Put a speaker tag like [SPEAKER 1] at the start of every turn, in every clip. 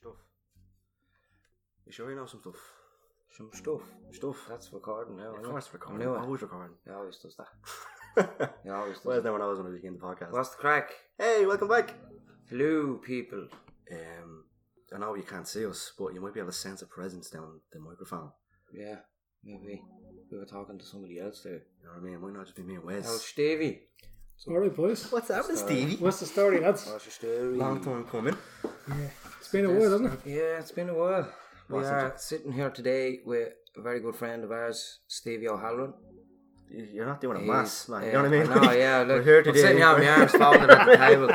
[SPEAKER 1] stuff.
[SPEAKER 2] You sure you know some stuff?
[SPEAKER 1] Some stuff.
[SPEAKER 2] Stuff.
[SPEAKER 1] That's recording now.
[SPEAKER 2] of
[SPEAKER 1] isn't it?
[SPEAKER 2] course, recording.
[SPEAKER 1] I knew it.
[SPEAKER 2] Always recording.
[SPEAKER 1] He always does that.
[SPEAKER 2] well,
[SPEAKER 1] He always does that.
[SPEAKER 2] no one knows when we begin the podcast.
[SPEAKER 1] What's the crack?
[SPEAKER 2] Hey, welcome back.
[SPEAKER 1] Hello, people.
[SPEAKER 2] Um, I know you can't see us, but you might be able to sense a presence down the microphone.
[SPEAKER 1] Yeah, maybe we were talking to somebody else there.
[SPEAKER 2] You know what I mean? It might not just be me and
[SPEAKER 1] Oh,
[SPEAKER 2] Wes.
[SPEAKER 1] Stevie.
[SPEAKER 3] All right, boys.
[SPEAKER 2] What's happening, Stevie?
[SPEAKER 3] What's the story, lads?
[SPEAKER 1] What's your story?
[SPEAKER 2] Long time coming.
[SPEAKER 3] Yeah. It's been a while, hasn't it?
[SPEAKER 1] Yeah, it's been a while. We
[SPEAKER 2] Wasn't
[SPEAKER 1] are sitting here today with a very good friend of ours, Stevie O'Halloran.
[SPEAKER 2] You- You're not doing a
[SPEAKER 1] He's-
[SPEAKER 2] mass, like, you
[SPEAKER 1] yeah,
[SPEAKER 2] know what I mean?
[SPEAKER 1] No, yeah, look,
[SPEAKER 2] we're here
[SPEAKER 1] I'm
[SPEAKER 2] today.
[SPEAKER 1] sitting here with my arms folded at the table.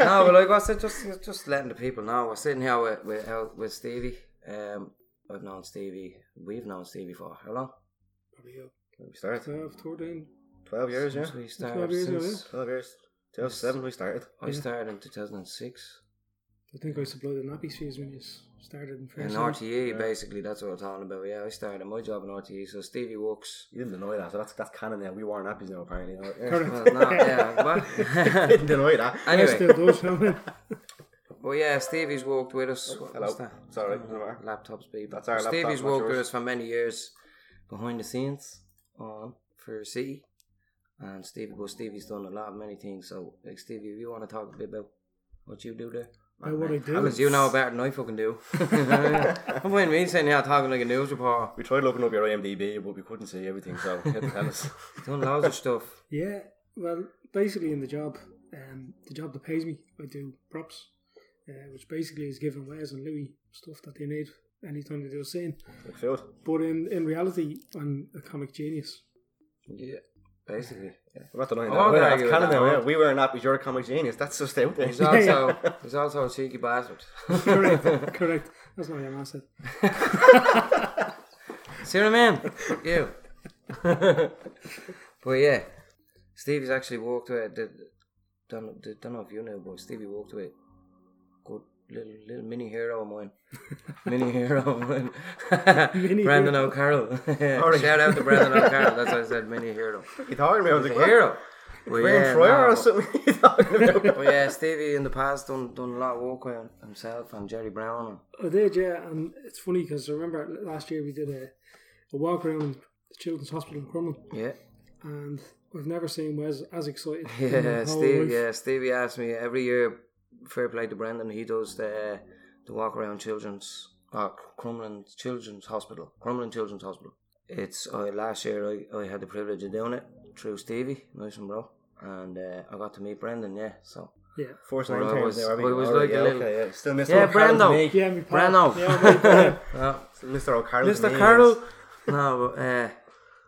[SPEAKER 1] No, but like, what's it? Just, just letting the people know. We're sitting here with with, uh, with Stevie. Um, I've known Stevie. We've known Stevie for how long?
[SPEAKER 3] Probably uh,
[SPEAKER 2] We started
[SPEAKER 3] 12, 13.
[SPEAKER 2] 12 years, yeah?
[SPEAKER 1] Since we
[SPEAKER 3] Twelve
[SPEAKER 1] started.
[SPEAKER 3] years ago,
[SPEAKER 1] Since
[SPEAKER 2] 12 years. 2007 we started.
[SPEAKER 1] I started in 2006.
[SPEAKER 3] I think I supplied the nappy shoes when you s- started in
[SPEAKER 1] In
[SPEAKER 3] first. year.
[SPEAKER 1] RTE, basically, that's what I'm talking about. Yeah, I started my job in RTE. So Stevie walks.
[SPEAKER 2] You didn't deny that, so that's, that's canon now. We wore nappies now, apparently. you know? Yeah.
[SPEAKER 3] Correct.
[SPEAKER 1] Well, no, yeah, but
[SPEAKER 2] didn't deny that.
[SPEAKER 3] I
[SPEAKER 1] anyway.
[SPEAKER 3] still do, so man.
[SPEAKER 1] Well, yeah, Stevie's walked with us. What
[SPEAKER 2] Hello.
[SPEAKER 1] was that?
[SPEAKER 2] Sorry, doesn't matter.
[SPEAKER 1] Laptops, people.
[SPEAKER 2] That's our laptop,
[SPEAKER 1] Stevie's
[SPEAKER 2] not
[SPEAKER 1] walked with
[SPEAKER 2] yours.
[SPEAKER 1] us for many years behind the scenes on for City. And Stevie, well, Stevie's done a lot of many things. So, like, Stevie, you want to talk a bit about what you do there?
[SPEAKER 3] Now what I do.
[SPEAKER 1] Because you know better than I fucking do. I'm when me sitting here talking like a news reporter.
[SPEAKER 2] We tried looking up your IMDb, but we couldn't see everything, so you had to tell us.
[SPEAKER 1] Done loads of stuff.
[SPEAKER 3] Yeah, well, basically in the job, um, the job that pays me, I do props, uh, which basically is giving Wes and Louis stuff that they need anytime they do a scene.
[SPEAKER 2] Like food.
[SPEAKER 3] But in, in reality, I'm a comic genius.
[SPEAKER 1] Yeah, basically.
[SPEAKER 2] I'm not denying
[SPEAKER 1] I
[SPEAKER 2] that.
[SPEAKER 1] won't
[SPEAKER 2] Well,
[SPEAKER 1] argue
[SPEAKER 2] that's
[SPEAKER 1] with
[SPEAKER 2] canon
[SPEAKER 1] that,
[SPEAKER 2] now,
[SPEAKER 1] I
[SPEAKER 2] yeah.
[SPEAKER 1] won't.
[SPEAKER 2] We were nappies, you're a comic genius. That's just out there.
[SPEAKER 1] He's also, he's also a cheeky bastard.
[SPEAKER 3] Correct, correct. That's not your asset.
[SPEAKER 1] See what I mean? Fuck you. but yeah, Stevie's actually walked with the, don't, the, don't know if you know, but Stevie walked with good little little mini hero of mine. mini hero of mine.
[SPEAKER 3] Mini
[SPEAKER 1] Brandon O'Carroll. Shout out to Brandon O'Carroll. That's why I said mini hero.
[SPEAKER 2] You talking about? I was
[SPEAKER 1] The
[SPEAKER 2] like, what?
[SPEAKER 1] hero. Well,
[SPEAKER 2] Graham
[SPEAKER 1] yeah,
[SPEAKER 2] Fryer
[SPEAKER 1] no,
[SPEAKER 2] or
[SPEAKER 1] but-
[SPEAKER 2] something? You talking about?
[SPEAKER 1] But yeah, Stevie in the past done done a lot of work with himself and Jerry Brown. And,
[SPEAKER 3] I did, Oh, yeah, and it's funny because I remember last year we did a, a walk around the Children's Hospital in Crumlin,
[SPEAKER 1] yeah.
[SPEAKER 3] and I've never seen Wes as excited. in my
[SPEAKER 1] Yeah,
[SPEAKER 3] whole
[SPEAKER 1] Steve,
[SPEAKER 3] life.
[SPEAKER 1] yeah, Stevie asks me every year. Fair play to Brendan. He does the the walk around children's uh, Crumlin Children's Hospital, Crumlin Children's Hospital. It's uh, last year I, I had the privilege of doing it through Stevie, nice and bro, and uh, I got to meet Brendan. Yeah, so
[SPEAKER 3] yeah.
[SPEAKER 2] Force
[SPEAKER 1] Well,
[SPEAKER 2] nine
[SPEAKER 1] I
[SPEAKER 2] times
[SPEAKER 1] was-
[SPEAKER 2] now, are we?
[SPEAKER 1] I was
[SPEAKER 2] Alright,
[SPEAKER 1] like a
[SPEAKER 2] yeah,
[SPEAKER 1] little-
[SPEAKER 2] okay, yeah. Still Mr.
[SPEAKER 1] Yeah,
[SPEAKER 2] O'Carroll to
[SPEAKER 1] Brando.
[SPEAKER 2] me.
[SPEAKER 3] Yeah, me pal.
[SPEAKER 1] Brando.
[SPEAKER 3] Yeah, me pal.
[SPEAKER 1] uh,
[SPEAKER 2] Mr. O'Carroll. to
[SPEAKER 1] Mr.
[SPEAKER 2] me
[SPEAKER 1] Carroll. no, but, uh,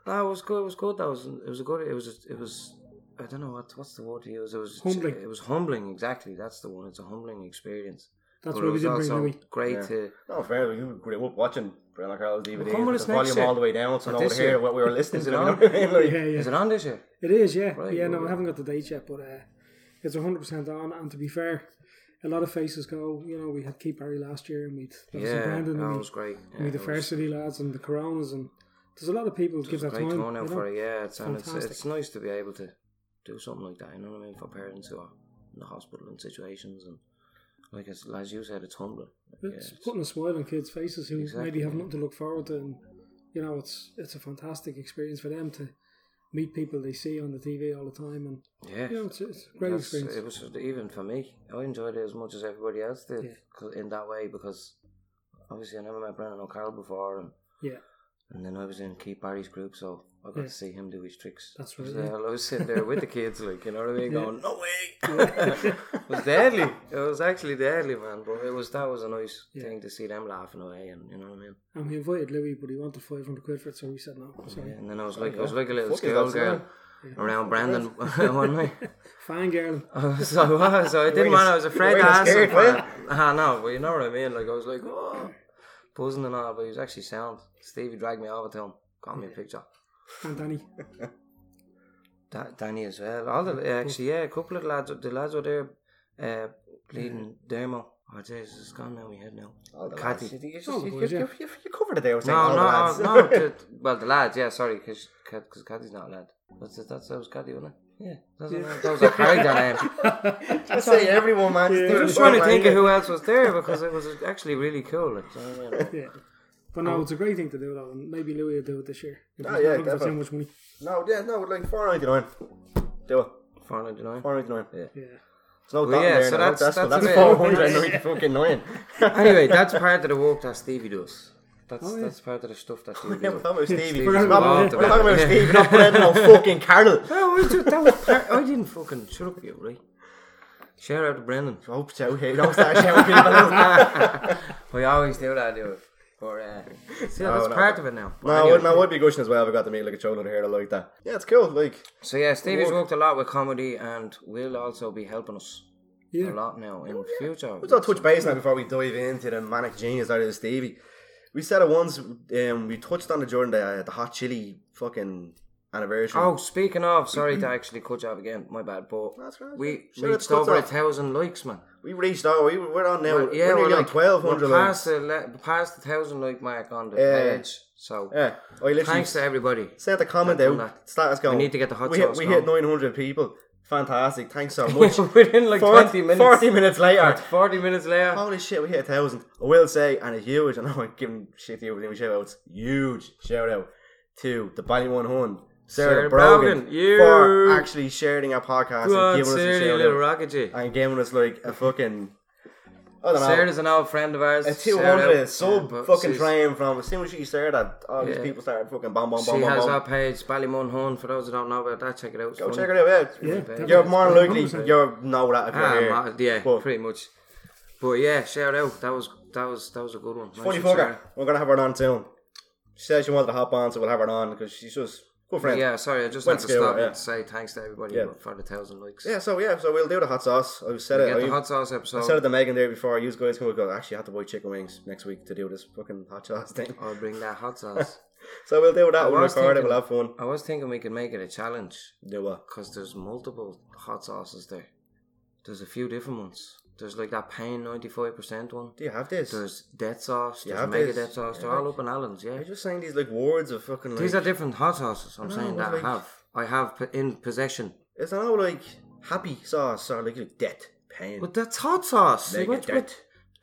[SPEAKER 1] no, it was good. It was good. That was it was a good. It was a, it was. I don't know what what's the word to use. It was
[SPEAKER 3] Humbling.
[SPEAKER 1] It was humbling. Exactly, that's the one. It's a humbling experience.
[SPEAKER 3] That's
[SPEAKER 1] But
[SPEAKER 3] why
[SPEAKER 1] it
[SPEAKER 3] we
[SPEAKER 1] was
[SPEAKER 3] didn't bring
[SPEAKER 1] also
[SPEAKER 3] Louis.
[SPEAKER 1] great
[SPEAKER 2] Yeah.
[SPEAKER 1] to.
[SPEAKER 2] No, fair. You grew up watching Brian O'Carroll's DVDs.
[SPEAKER 1] come with
[SPEAKER 2] with
[SPEAKER 1] us
[SPEAKER 2] the
[SPEAKER 1] next
[SPEAKER 2] volume
[SPEAKER 1] year.
[SPEAKER 2] all the way down, so
[SPEAKER 1] But
[SPEAKER 2] no one
[SPEAKER 1] this
[SPEAKER 2] would
[SPEAKER 1] year-
[SPEAKER 2] hear what we were listening
[SPEAKER 1] Is
[SPEAKER 2] to.
[SPEAKER 1] it
[SPEAKER 2] You know
[SPEAKER 1] on?
[SPEAKER 2] what I mean? Like,
[SPEAKER 3] Yeah, yeah.
[SPEAKER 1] Is it on this year?
[SPEAKER 3] It is, yeah.
[SPEAKER 1] Right,
[SPEAKER 3] yeah, no,
[SPEAKER 1] well,
[SPEAKER 3] I haven't got the date yet, but uh, it's 100% on. And to be fair, a lot of faces go, you know, we had Keith Barry last year, and we'd obviously
[SPEAKER 1] Yeah,
[SPEAKER 3] Brandon,
[SPEAKER 1] that
[SPEAKER 3] and
[SPEAKER 1] was great. Yeah,
[SPEAKER 3] we
[SPEAKER 1] it
[SPEAKER 3] the
[SPEAKER 1] was-
[SPEAKER 3] Fair City lads, and the Coronas, and there's a lot of people give that
[SPEAKER 1] Great
[SPEAKER 3] time.
[SPEAKER 1] turnout
[SPEAKER 3] you know?
[SPEAKER 1] for it. Yeah, it's and it's,
[SPEAKER 3] Fantastic.
[SPEAKER 1] it's nice to be able to do something like that. You know what I mean for parents who are in the hospital and situations and like as, as you said, it's humbling. Like, yeah,
[SPEAKER 3] It's
[SPEAKER 1] it's-
[SPEAKER 3] putting a smile on kids' faces who
[SPEAKER 1] Exactly,
[SPEAKER 3] maybe have
[SPEAKER 1] yeah.
[SPEAKER 3] nothing to look forward to, and you know it's it's a fantastic experience for them to meet people they see on the TV all the time, and
[SPEAKER 1] yeah.
[SPEAKER 3] you know it's, it's a great
[SPEAKER 1] That's-
[SPEAKER 3] experience.
[SPEAKER 1] It was just- even for me. I enjoyed it as much as everybody else did
[SPEAKER 3] Yeah.
[SPEAKER 1] 'cause- in that way because obviously I never met Brendan O'Carroll before and
[SPEAKER 3] yeah,
[SPEAKER 1] and then I was in Keith Barry's group, so I got
[SPEAKER 3] Yeah.
[SPEAKER 1] to see him do his tricks.
[SPEAKER 3] That's
[SPEAKER 1] I was
[SPEAKER 3] right, yeah.
[SPEAKER 1] there- I was sitting there with the kids, like you know what I mean,
[SPEAKER 3] Yeah.
[SPEAKER 1] going no way. it was deadly. It was actually deadly, man. But it was that was a nice
[SPEAKER 3] Yeah.
[SPEAKER 1] thing to see them laughing away, and you know what I mean.
[SPEAKER 3] and we invited Louis, but he wanted five hundred quid for it, so we said no. So
[SPEAKER 1] Oh, Yeah, and then I was like, I was like a little
[SPEAKER 2] Fuck is
[SPEAKER 1] schoolgirl
[SPEAKER 2] that
[SPEAKER 1] girl around Brandon one night.
[SPEAKER 3] fangirl,
[SPEAKER 1] so I was. So I didn't mind. I was afraid
[SPEAKER 2] you
[SPEAKER 1] to
[SPEAKER 2] weren't
[SPEAKER 1] answer.
[SPEAKER 2] scared, were you?
[SPEAKER 1] I know, but you know what I mean. Like I was like, oh, buzzing and all, but he was actually sound. Stevie dragged me over to him, got me a picture.
[SPEAKER 3] and Danny.
[SPEAKER 1] Da- Danny as well. All the actually, yeah, a couple of lads. The lads were there, uh, bleeding Dermo. Oh jeez, it's gone now. We head now.
[SPEAKER 2] All Oh, the
[SPEAKER 1] Catty.
[SPEAKER 2] lads. You- You just-
[SPEAKER 3] All the
[SPEAKER 2] you-
[SPEAKER 3] boys,
[SPEAKER 2] you-
[SPEAKER 3] yeah.
[SPEAKER 2] you- you covered it there. with saying all
[SPEAKER 1] No,
[SPEAKER 2] the
[SPEAKER 1] no,
[SPEAKER 2] lads.
[SPEAKER 1] no. the, well, the lads. Yeah, sorry, because Caddy's not a lad. That's that's that was Caddy, wasn't it? Yeah, those, Are, those are character names.
[SPEAKER 2] I'd say everyone, man.
[SPEAKER 3] Yeah.
[SPEAKER 1] I'm just trying to think of who else was there because it was actually really cool. Like, do you know
[SPEAKER 2] Oh,
[SPEAKER 1] what I mean?
[SPEAKER 3] yeah. But
[SPEAKER 1] Um,
[SPEAKER 3] no, it's a great thing to do though, and maybe Louis will do it this year.
[SPEAKER 1] Oh,
[SPEAKER 3] If
[SPEAKER 2] Ah,
[SPEAKER 3] he's not
[SPEAKER 2] yeah,
[SPEAKER 3] looking for
[SPEAKER 2] definitely.
[SPEAKER 3] too much money.
[SPEAKER 2] No, yeah, no, like four ninety nine. Do it.
[SPEAKER 1] 499.
[SPEAKER 2] Four ninety nine. Yeah.
[SPEAKER 3] Yeah.
[SPEAKER 2] It's no
[SPEAKER 1] Well,
[SPEAKER 2] dot in
[SPEAKER 1] yeah,
[SPEAKER 2] there
[SPEAKER 1] so
[SPEAKER 2] now.
[SPEAKER 1] that's- that's a
[SPEAKER 2] that's
[SPEAKER 1] bit-
[SPEAKER 2] four hundred ninety fucking nine.
[SPEAKER 1] Anyway, that's part of the work that Stevie does. That's
[SPEAKER 3] Oh, yeah.
[SPEAKER 1] that's part of the stuff that Stevie
[SPEAKER 2] We're
[SPEAKER 1] does.
[SPEAKER 2] talking about Stevie.
[SPEAKER 1] Forgot
[SPEAKER 2] We're
[SPEAKER 1] about
[SPEAKER 2] not
[SPEAKER 1] that.
[SPEAKER 2] we're talking about
[SPEAKER 1] Yeah.
[SPEAKER 2] Stevie, not Brendan no fucking Carol.
[SPEAKER 1] No, I, just, that was part, I didn't fucking shut up, you right? Shout out to Brendan.
[SPEAKER 2] Oh, so here, don't start shouting people out.
[SPEAKER 1] We always do that, do it. But uh, see,
[SPEAKER 2] No,
[SPEAKER 1] that's
[SPEAKER 2] no.
[SPEAKER 1] part of it now. But
[SPEAKER 2] No,
[SPEAKER 1] anyway.
[SPEAKER 2] anyway. no, I would be gushing as well if I got to meet like a cholo here. I like that. Yeah, it's cool. Like,
[SPEAKER 1] So yeah, Stevie's
[SPEAKER 2] Work.
[SPEAKER 1] worked a lot with comedy and will also be helping us
[SPEAKER 3] Yeah.
[SPEAKER 1] a lot now in the future.
[SPEAKER 2] let's all touch base now before we dive into the manic genius out of the Stevie. We said it once. Um, we touched on it during the uh, the hot chili fucking anniversary.
[SPEAKER 1] Oh, speaking of, sorry to actually cut you off again, my bad, but
[SPEAKER 2] That's right.
[SPEAKER 1] we
[SPEAKER 2] Sure, it's
[SPEAKER 1] reached
[SPEAKER 2] cut
[SPEAKER 1] over a
[SPEAKER 2] off.
[SPEAKER 1] thousand likes, man.
[SPEAKER 2] we reached out. We, we're on now.
[SPEAKER 1] Well,
[SPEAKER 2] yeah, we're, nearly on twelve hundred.
[SPEAKER 1] we're past the le- past the thousand like mark on the
[SPEAKER 2] Yeah.
[SPEAKER 1] page. So
[SPEAKER 2] Yeah, I literally
[SPEAKER 1] thanks to everybody.
[SPEAKER 2] sent a comment
[SPEAKER 1] Done
[SPEAKER 2] out.
[SPEAKER 1] that.
[SPEAKER 2] Status going.
[SPEAKER 1] need to get the hot
[SPEAKER 2] we
[SPEAKER 1] sauce
[SPEAKER 2] hit, we hit nine hundred people. Fantastic. Thanks so much.
[SPEAKER 1] Within like
[SPEAKER 2] Fort-
[SPEAKER 1] twenty minutes, 40,
[SPEAKER 2] Forty minutes later.
[SPEAKER 1] minutes later,
[SPEAKER 2] Holy shit, we hit a thousand. I will say, and a huge, and I won't give him shit here with any shout outs. Huge shout out to the Bally One Hun, Sarah,
[SPEAKER 1] Sarah
[SPEAKER 2] Brogan,
[SPEAKER 1] Brogan, you.
[SPEAKER 2] for actually sharing our podcast and
[SPEAKER 1] go on,
[SPEAKER 2] giving us a
[SPEAKER 1] Sarah, you
[SPEAKER 2] shout
[SPEAKER 1] little
[SPEAKER 2] out.
[SPEAKER 1] rocket you.
[SPEAKER 2] And giving us like a fucking. I don't know.
[SPEAKER 1] Sarah's an old friend of ours.
[SPEAKER 2] a
[SPEAKER 1] shout out.
[SPEAKER 2] 200
[SPEAKER 1] Yeah,
[SPEAKER 2] sub
[SPEAKER 1] but
[SPEAKER 2] fucking
[SPEAKER 1] she's-
[SPEAKER 2] train from as soon as she said that, all these
[SPEAKER 1] Yeah.
[SPEAKER 2] people started fucking bomb, bomb,
[SPEAKER 1] She
[SPEAKER 2] bomb, bomb,
[SPEAKER 1] has
[SPEAKER 2] bomb.
[SPEAKER 1] our page, Ballymunhorn. For those who don't know about that, check it out. It's
[SPEAKER 2] Go
[SPEAKER 1] funny.
[SPEAKER 2] check it out, yeah.
[SPEAKER 3] Yeah, definitely.
[SPEAKER 2] You're more than
[SPEAKER 3] It's
[SPEAKER 2] likely,
[SPEAKER 3] great.
[SPEAKER 2] you know that if you're
[SPEAKER 1] Ah,
[SPEAKER 2] here.
[SPEAKER 1] ma- yeah,
[SPEAKER 2] But-
[SPEAKER 1] pretty much. But yeah, shout out. That was that was that was a good one. Nice
[SPEAKER 2] Funny
[SPEAKER 1] one,
[SPEAKER 2] fucker. We're gonna have her on soon. She said she wanted to hop on, so we'll have her on because she's just good
[SPEAKER 1] Sarah.
[SPEAKER 2] friend.
[SPEAKER 1] Yeah, sorry, I just
[SPEAKER 2] Went
[SPEAKER 1] had to
[SPEAKER 2] to go,
[SPEAKER 1] stop
[SPEAKER 2] yeah.
[SPEAKER 1] and say thanks to everybody
[SPEAKER 2] Yeah.
[SPEAKER 1] for the thousand likes.
[SPEAKER 2] Yeah, So yeah, so we'll do the hot sauce. I said
[SPEAKER 1] Get
[SPEAKER 2] it.
[SPEAKER 1] the
[SPEAKER 2] I
[SPEAKER 1] hot sauce
[SPEAKER 2] I said it
[SPEAKER 1] episode.
[SPEAKER 2] to Megan there before. You guys can go. Actually, I have to buy chicken wings next week to do this fucking hot sauce thing.
[SPEAKER 1] I'll bring that hot sauce.
[SPEAKER 2] So we'll do that. we'll
[SPEAKER 1] was
[SPEAKER 2] record it.
[SPEAKER 1] thinking-
[SPEAKER 2] We'll have fun.
[SPEAKER 1] I was thinking we could make it a challenge
[SPEAKER 2] Do what?
[SPEAKER 1] because there's multiple hot sauces there. There's a few different ones. There's like that pain ninety five percent one.
[SPEAKER 2] Do you have this?
[SPEAKER 1] There's dead sauce.
[SPEAKER 2] You
[SPEAKER 1] There's
[SPEAKER 2] have
[SPEAKER 1] mega
[SPEAKER 2] this?
[SPEAKER 1] dead sauce. They're all up in Allen's. Yeah.
[SPEAKER 2] You're just saying these like words of fucking. Like,
[SPEAKER 1] These are different hot sauces. I'm
[SPEAKER 2] know,
[SPEAKER 1] saying
[SPEAKER 2] but
[SPEAKER 1] that
[SPEAKER 2] like-
[SPEAKER 1] I have. I have p- in possession.
[SPEAKER 2] It's not all like happy sauce or like, like death pain.
[SPEAKER 1] But that's hot sauce.
[SPEAKER 2] Make
[SPEAKER 1] what,
[SPEAKER 2] it
[SPEAKER 1] what,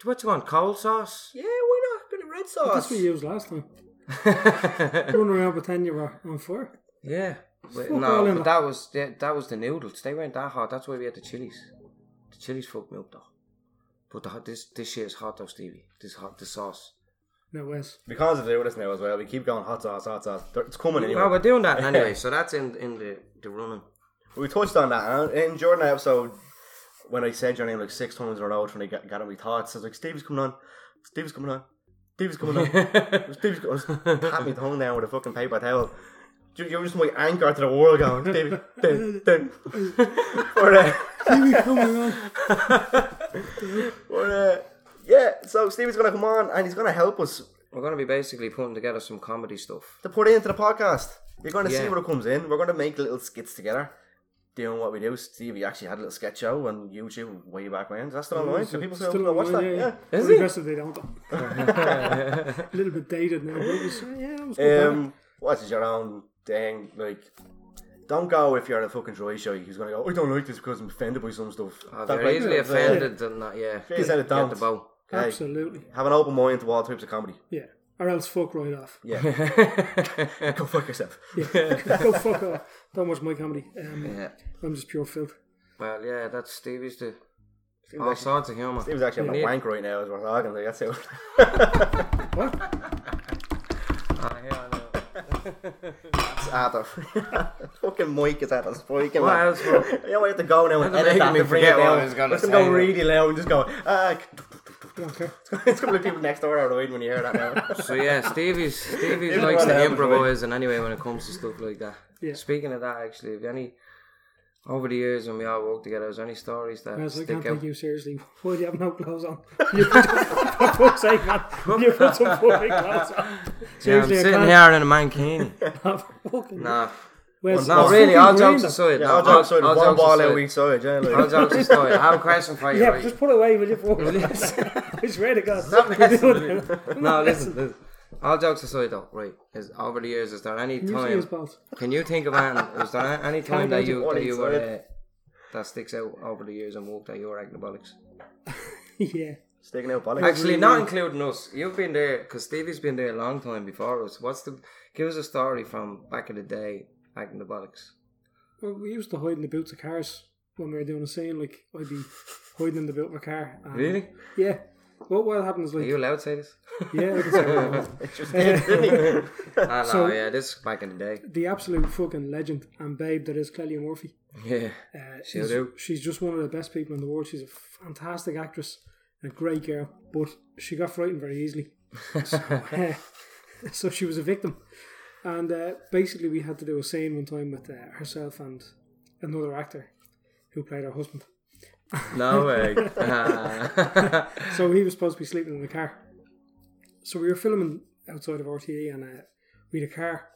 [SPEAKER 1] what you want? Cold sauce?
[SPEAKER 2] yeah, why not? Bit of red
[SPEAKER 3] That's
[SPEAKER 2] sauce.
[SPEAKER 3] what you used last time.
[SPEAKER 1] yeah.
[SPEAKER 3] Running around pretending you were on fire.
[SPEAKER 1] But
[SPEAKER 3] Fuck
[SPEAKER 1] no,
[SPEAKER 3] all in
[SPEAKER 1] but
[SPEAKER 3] it.
[SPEAKER 1] that was the, that was the noodles. They weren't that hot. That's why we had the chilies. The chilies fucked me up though. But the, hot- this this year's hot though, Stevie. This hot the sauce.
[SPEAKER 3] No, Wes.
[SPEAKER 2] Because of doing this now as well, we keep going hot sauce, hot sauce. It's coming anyway.
[SPEAKER 1] Well, Oh, we're doing that anyway. so that's in in the the running.
[SPEAKER 2] We touched on that and in during that episode when I said your name like six times in a row when I got, got in my thoughts. I was like, Steve's coming on, Steve's coming on, Steve's coming on, Steve's coming on. Pat me tongue down with a fucking paper towel. You- You're just my anchor to the world going, Steve, dun, dun. But, uh,
[SPEAKER 3] Stevie, come on.
[SPEAKER 2] but, uh, yeah, so Steve's going to come on and he's going to help us
[SPEAKER 1] We're gonna be basically putting together some comedy stuff.
[SPEAKER 2] to put it into the podcast. You're going to see
[SPEAKER 1] Yeah.
[SPEAKER 2] what it comes in. We're going to make little skits together. Doing what we do, Stevie actually had a little sketch show on YouTube way back when. Is that still online? So people
[SPEAKER 1] "Oh,
[SPEAKER 2] still,
[SPEAKER 3] Still
[SPEAKER 2] still watch that.
[SPEAKER 3] online,
[SPEAKER 2] Yeah.
[SPEAKER 3] yeah.
[SPEAKER 1] Is
[SPEAKER 3] Well,
[SPEAKER 1] it?
[SPEAKER 3] the rest of they don't. a little bit dated now, but it was, uh, yeah, it was good.
[SPEAKER 2] Um, what is your own thing? Like, don't go if you're a fucking dry show who's going to go, I don't like this because I'm offended by some stuff. That
[SPEAKER 1] I'm very
[SPEAKER 2] way-
[SPEAKER 1] easily
[SPEAKER 2] Yeah.
[SPEAKER 1] offended and that. Yeah.
[SPEAKER 2] Yeah, said it
[SPEAKER 1] Get the
[SPEAKER 2] don't.
[SPEAKER 1] bow.
[SPEAKER 2] Okay.
[SPEAKER 3] Absolutely.
[SPEAKER 2] Have an open mind to all types of comedy.
[SPEAKER 3] Yeah. Or else fuck right off.
[SPEAKER 2] Yeah. go fuck yourself.
[SPEAKER 3] Go fuck off. Don't watch my comedy. Um,
[SPEAKER 1] Yeah.
[SPEAKER 3] I'm just pure filth.
[SPEAKER 1] Well, yeah, that's Stevie's the
[SPEAKER 2] Steve's
[SPEAKER 1] all
[SPEAKER 2] actually,
[SPEAKER 1] sorts of humour.
[SPEAKER 2] Steve's actually having a
[SPEAKER 1] need-
[SPEAKER 2] wank right now as we're talking. Like, that's it.
[SPEAKER 1] Ah, yeah, I know.
[SPEAKER 2] It's out of fucking Mike is out of spike.
[SPEAKER 1] What else? Will,
[SPEAKER 2] You know, we have to go now and
[SPEAKER 1] That's
[SPEAKER 2] edit
[SPEAKER 1] making
[SPEAKER 2] that
[SPEAKER 1] me
[SPEAKER 2] to bring it
[SPEAKER 1] forget what
[SPEAKER 2] down.
[SPEAKER 1] I was gonna
[SPEAKER 2] Let's
[SPEAKER 1] say.
[SPEAKER 2] go really loud and just go, ah,
[SPEAKER 3] I don't care.
[SPEAKER 2] it's a couple of people next door are annoyed when you hear that now.
[SPEAKER 1] so yeah, Stevie's Stevie's
[SPEAKER 2] Even
[SPEAKER 1] likes
[SPEAKER 2] when I
[SPEAKER 1] to
[SPEAKER 2] haven't
[SPEAKER 1] improvise, and anyway, when it comes to stuff like that.
[SPEAKER 3] Yeah.
[SPEAKER 1] Speaking of that, actually, if any over the years when we all worked together, is there any stories that
[SPEAKER 3] Wes, I can't
[SPEAKER 1] stick
[SPEAKER 3] take
[SPEAKER 1] out?
[SPEAKER 3] you seriously. Why do you have no clothes on? You put, for fuck's sake, man. You put some fucking clothes on.
[SPEAKER 1] Yeah, I'm
[SPEAKER 3] Seriously, I
[SPEAKER 1] sitting
[SPEAKER 3] can't
[SPEAKER 1] here in a mankini.
[SPEAKER 3] have fucking.
[SPEAKER 1] nah,
[SPEAKER 3] Wes,
[SPEAKER 1] no,
[SPEAKER 3] it's
[SPEAKER 1] really.
[SPEAKER 3] fucking
[SPEAKER 1] All
[SPEAKER 3] green,
[SPEAKER 1] jokes
[SPEAKER 3] though.
[SPEAKER 1] aside,
[SPEAKER 2] Yeah,
[SPEAKER 1] no,
[SPEAKER 2] I'll jump side,
[SPEAKER 1] all
[SPEAKER 2] one
[SPEAKER 1] jokes
[SPEAKER 2] ball
[SPEAKER 1] aside.
[SPEAKER 2] out each side, yeah. Like,
[SPEAKER 1] All jokes aside, I have a question for you.
[SPEAKER 3] Yeah, but
[SPEAKER 1] right?
[SPEAKER 3] just put it away with your fucking. I swear to God.
[SPEAKER 1] Stop listening. no, listen, listen. All jokes aside, though, right? Is over the years, is there any
[SPEAKER 3] Usually it's
[SPEAKER 1] time?
[SPEAKER 3] both.
[SPEAKER 1] Can you think of any? Is there a- any time that
[SPEAKER 2] imagine
[SPEAKER 1] you
[SPEAKER 2] what
[SPEAKER 1] that
[SPEAKER 2] he
[SPEAKER 1] you were uh,
[SPEAKER 2] said.
[SPEAKER 1] that sticks out over the years and work that you were acnobolics?
[SPEAKER 3] yeah.
[SPEAKER 2] Sticking out bollocks.
[SPEAKER 1] Actually, not including us. You've been there because Stevie's been there a long time before us. What's the? Give us a story from back in the day, acnobolics.
[SPEAKER 3] Well, we used to hide in the boots of cars when we were doing a scene. Like I'd be hiding in the boot of a car. And
[SPEAKER 1] Really?
[SPEAKER 3] Yeah. What what happens
[SPEAKER 1] Are
[SPEAKER 3] like?
[SPEAKER 1] you allowed to say this?
[SPEAKER 3] Yeah. I can say that.
[SPEAKER 2] Just did, didn't he?
[SPEAKER 1] Ah, no,
[SPEAKER 3] So-
[SPEAKER 1] yeah, this is back in the day.
[SPEAKER 3] the absolute fucking legend and babe that is Clelia Murphy.
[SPEAKER 1] Yeah.
[SPEAKER 3] Uh,
[SPEAKER 1] She'll
[SPEAKER 3] she's,
[SPEAKER 1] do.
[SPEAKER 3] she's just one of the best people in the world. She's a fantastic actress and a great girl, but she got frightened very easily. So, uh, so she was a victim. And uh, basically, we had to do a scene one time with uh, herself and another actor who played her husband.
[SPEAKER 1] No way. Ah.
[SPEAKER 3] So he was supposed to be sleeping in the car. So we were filming outside of RTE and uh, we had a car.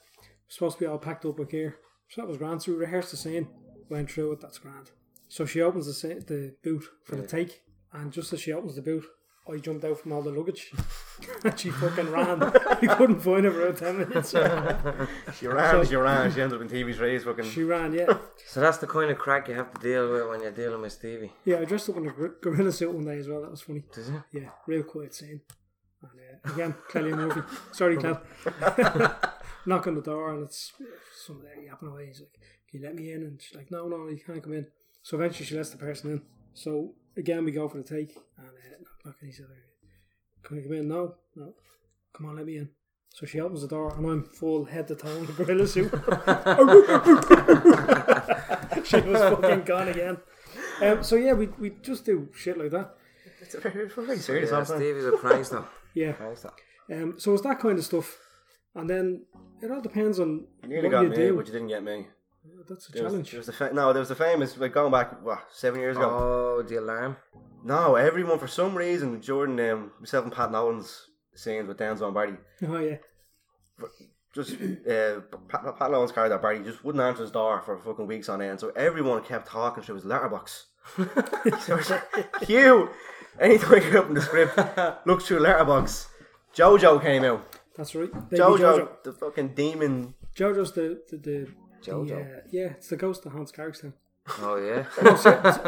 [SPEAKER 3] supposed to be all packed up like here. So that was grand. So we rehearsed the scene, went through it, that's grand. So she opens the, sa- the boot for the take, and just as she opens the boot, I jumped out from all the luggage. and she fucking ran. we couldn't find her for about 10 minutes.
[SPEAKER 2] She ran, she ran. She ended up in TV's race. Fucking.
[SPEAKER 3] She ran, yeah.
[SPEAKER 1] so that's the kind of crack you have to deal with when you're dealing with Stevie.
[SPEAKER 3] Yeah, I dressed up in a gor- gorilla suit one day as well. That was funny.
[SPEAKER 1] Does it?
[SPEAKER 3] Yeah, real quiet scene. And uh, again, Kelly Murphy. Sorry, Cal. Knock on the door, and it's somebody yapping away. He's like, "Can you let me in?" And she's like, "No, no, you can't come in." So eventually, she lets the person in. So again, we go for the take, and uh, knock, knock, and he's like, "Can I come in?" No, no. Come on, let me in. So she opens the door, and I'm full head to toe in a gorilla suit. she was fucking gone again. Um, so yeah, we we just do shit like that.
[SPEAKER 2] It's very, very serious.
[SPEAKER 1] Yeah,
[SPEAKER 2] something.
[SPEAKER 1] Stevie's a prankster.
[SPEAKER 3] Yeah.
[SPEAKER 1] prankster.
[SPEAKER 3] Um, so it's that kind of stuff, and then it all depends on
[SPEAKER 2] You
[SPEAKER 3] what
[SPEAKER 2] nearly
[SPEAKER 3] you
[SPEAKER 2] got me,
[SPEAKER 3] do.
[SPEAKER 2] but you didn't get me.
[SPEAKER 3] That's a
[SPEAKER 2] There was,
[SPEAKER 3] challenge.
[SPEAKER 2] there was the fa- no, there was the famous, like, going back, what, seven years ago?
[SPEAKER 1] Oh, the alarm.
[SPEAKER 2] No, everyone for some reason, Jordan, um, myself and Pat Nolan's scenes with Danzo and Barty,
[SPEAKER 3] Oh yeah,
[SPEAKER 2] just uh, Pat, Pat Nolan's character Barty just wouldn't answer his door for fucking weeks on end. So everyone kept talking through his letterbox. so it's like, Hugh, anytime you open the script, look through letterbox. Jojo came out.
[SPEAKER 3] that's right. Baby
[SPEAKER 2] Jojo,
[SPEAKER 3] Jojo.
[SPEAKER 2] the fucking demon.
[SPEAKER 3] Jojo's the the, the
[SPEAKER 1] Jojo.
[SPEAKER 3] The, uh, yeah, it's the ghost of Hans Carrickstown.
[SPEAKER 1] Oh yeah.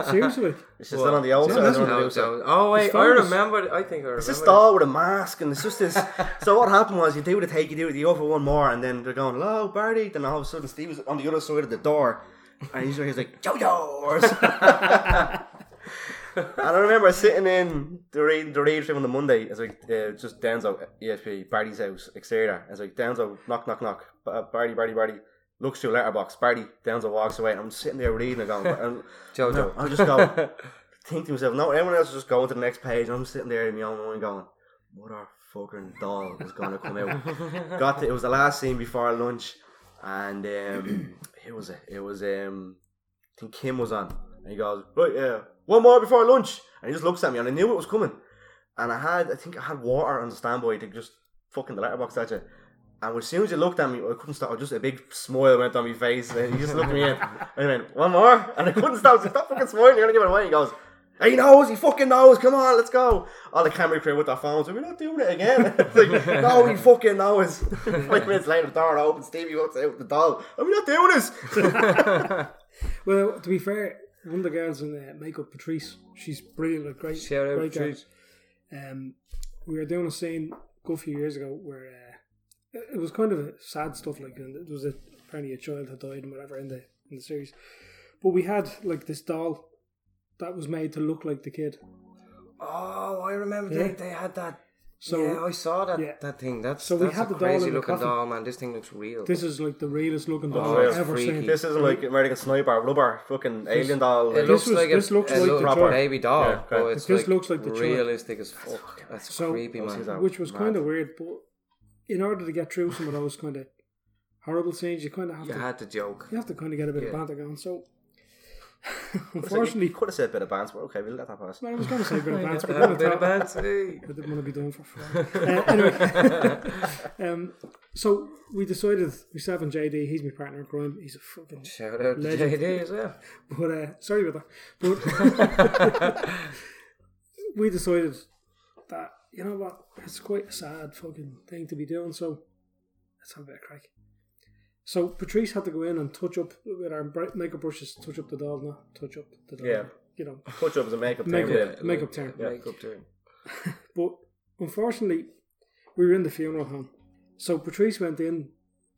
[SPEAKER 3] Seriously,
[SPEAKER 2] It's just on the old
[SPEAKER 1] No,
[SPEAKER 2] side.
[SPEAKER 1] that's
[SPEAKER 2] on the
[SPEAKER 1] not
[SPEAKER 2] new side.
[SPEAKER 1] Joe. Oh wait, I
[SPEAKER 3] famous.
[SPEAKER 1] remember. I think I remember.
[SPEAKER 2] It's this doll with a mask, and it's just this. so what happened was you do the take, you do the other one more, and then they're going, "Hello, Barty." Then all of a sudden, Steve was on the other side of the door, and he's, he's like, "Jojo." Or something. and I remember sitting in the raid, the raid stream on the Monday. It's like uh, just Denzo, ESP, Barty's house, exterior. It's like Denzo, knock, knock, knock. Ba- uh, Barty, Barty, Barty. Looks through letterbox. Barty, Denzo walks away, and I'm sitting there reading and going, and
[SPEAKER 1] Jojo.
[SPEAKER 2] no, I just go think to myself, no, everyone else is just going to the next page. I'm sitting there in my own mind going, what our fucking doll is going to come out. Got to, it was the last scene before lunch, and um, it was it was um, I think Kim was on, and he goes, right, yeah, one more before lunch, and he just looks at me, and I knew it was coming, and I had I think I had water on the standby to just fucking the letterbox at you. And as soon as he looked at me, I couldn't stop. Just a big smile went on my face, and he just looked at me in, and I went, "One more," and I couldn't stop. I said, Stop fucking smiling! You're gonna give it away. He goes, "He knows. He fucking knows. Come on, let's go." All the camera crew with their phones. We're not doing it again. It's like, no, he fucking knows. Five minutes later, the door opens. Stevie walks out with the doll. Are we not doing this?
[SPEAKER 3] well, to be fair, one of the girls in uh, makeup, Patrice, she's brilliant, like great,
[SPEAKER 1] Shout out
[SPEAKER 3] great girl.
[SPEAKER 1] Patrice.
[SPEAKER 3] Um, we were doing a scene a good few years ago where uh, it- it was kind of a sad stuff. Like, and it was a, apparently a child had died and whatever in the in the series, but we had like this doll that was made to look like the kid.
[SPEAKER 1] Oh, I remember
[SPEAKER 3] Yeah.
[SPEAKER 1] they, they had that.
[SPEAKER 3] So
[SPEAKER 1] yeah, I saw that
[SPEAKER 3] yeah.
[SPEAKER 1] that thing. That's
[SPEAKER 3] So we
[SPEAKER 1] that's
[SPEAKER 3] had
[SPEAKER 1] a
[SPEAKER 3] the doll in
[SPEAKER 1] crazy
[SPEAKER 3] the
[SPEAKER 1] looking
[SPEAKER 3] coffin.
[SPEAKER 1] doll, man. This thing looks real.
[SPEAKER 3] this is like the realest looking doll
[SPEAKER 1] Oh,
[SPEAKER 3] I've
[SPEAKER 2] it's
[SPEAKER 3] ever
[SPEAKER 1] freaky.
[SPEAKER 3] seen.
[SPEAKER 2] This isn't like American Sniper, rubber, fucking alien doll.
[SPEAKER 1] it
[SPEAKER 2] Like,
[SPEAKER 1] looks
[SPEAKER 3] was-
[SPEAKER 1] like
[SPEAKER 3] this
[SPEAKER 1] a,
[SPEAKER 3] looks
[SPEAKER 1] a
[SPEAKER 3] like the
[SPEAKER 1] little
[SPEAKER 3] proper-
[SPEAKER 1] baby doll,
[SPEAKER 2] Yeah,
[SPEAKER 1] but
[SPEAKER 2] correct.
[SPEAKER 1] it's
[SPEAKER 3] This
[SPEAKER 1] like
[SPEAKER 3] looks like the child.
[SPEAKER 1] realistic as fuck. That's
[SPEAKER 3] So- oh,
[SPEAKER 1] creepy, man.
[SPEAKER 2] that.
[SPEAKER 3] which was
[SPEAKER 2] Mad.
[SPEAKER 3] kind of weird. But in order to get through some of those kind of horrible scenes, you kind of have
[SPEAKER 1] You
[SPEAKER 3] to
[SPEAKER 1] had to joke.
[SPEAKER 3] you have to kind of get a bit of
[SPEAKER 1] Yeah.
[SPEAKER 3] banter going. So
[SPEAKER 2] Unfortunately,
[SPEAKER 3] unfortunately,
[SPEAKER 2] could have said a bit of bands, but okay, we'll let that pass.
[SPEAKER 3] well, I was going to say a bit of banter, but
[SPEAKER 1] Have a
[SPEAKER 3] I'm
[SPEAKER 1] bit
[SPEAKER 3] gonna
[SPEAKER 1] of
[SPEAKER 3] talk-
[SPEAKER 1] fancy.
[SPEAKER 3] I didn't want to be doing for fun. uh, anyway, um, so we decided myself and JD. He's my partner in crime. He's a fucking
[SPEAKER 1] Shout out to
[SPEAKER 3] Legend.
[SPEAKER 1] JD as well.
[SPEAKER 3] but uh, sorry about that. But we decided that you know what? It's quite a sad fucking thing to be doing. So let's have a bit of crack. So Patrice had to go in and touch up with our br- makeup brushes, touch up the doll, no, touch up the doll.
[SPEAKER 2] Yeah.
[SPEAKER 3] You know,
[SPEAKER 2] Touch up is a makeup
[SPEAKER 3] Makeup.
[SPEAKER 2] thing. Yeah.
[SPEAKER 3] Makeup turn.
[SPEAKER 1] Yeah. Makeup turn.
[SPEAKER 3] But unfortunately, we were in the funeral home. So Patrice went in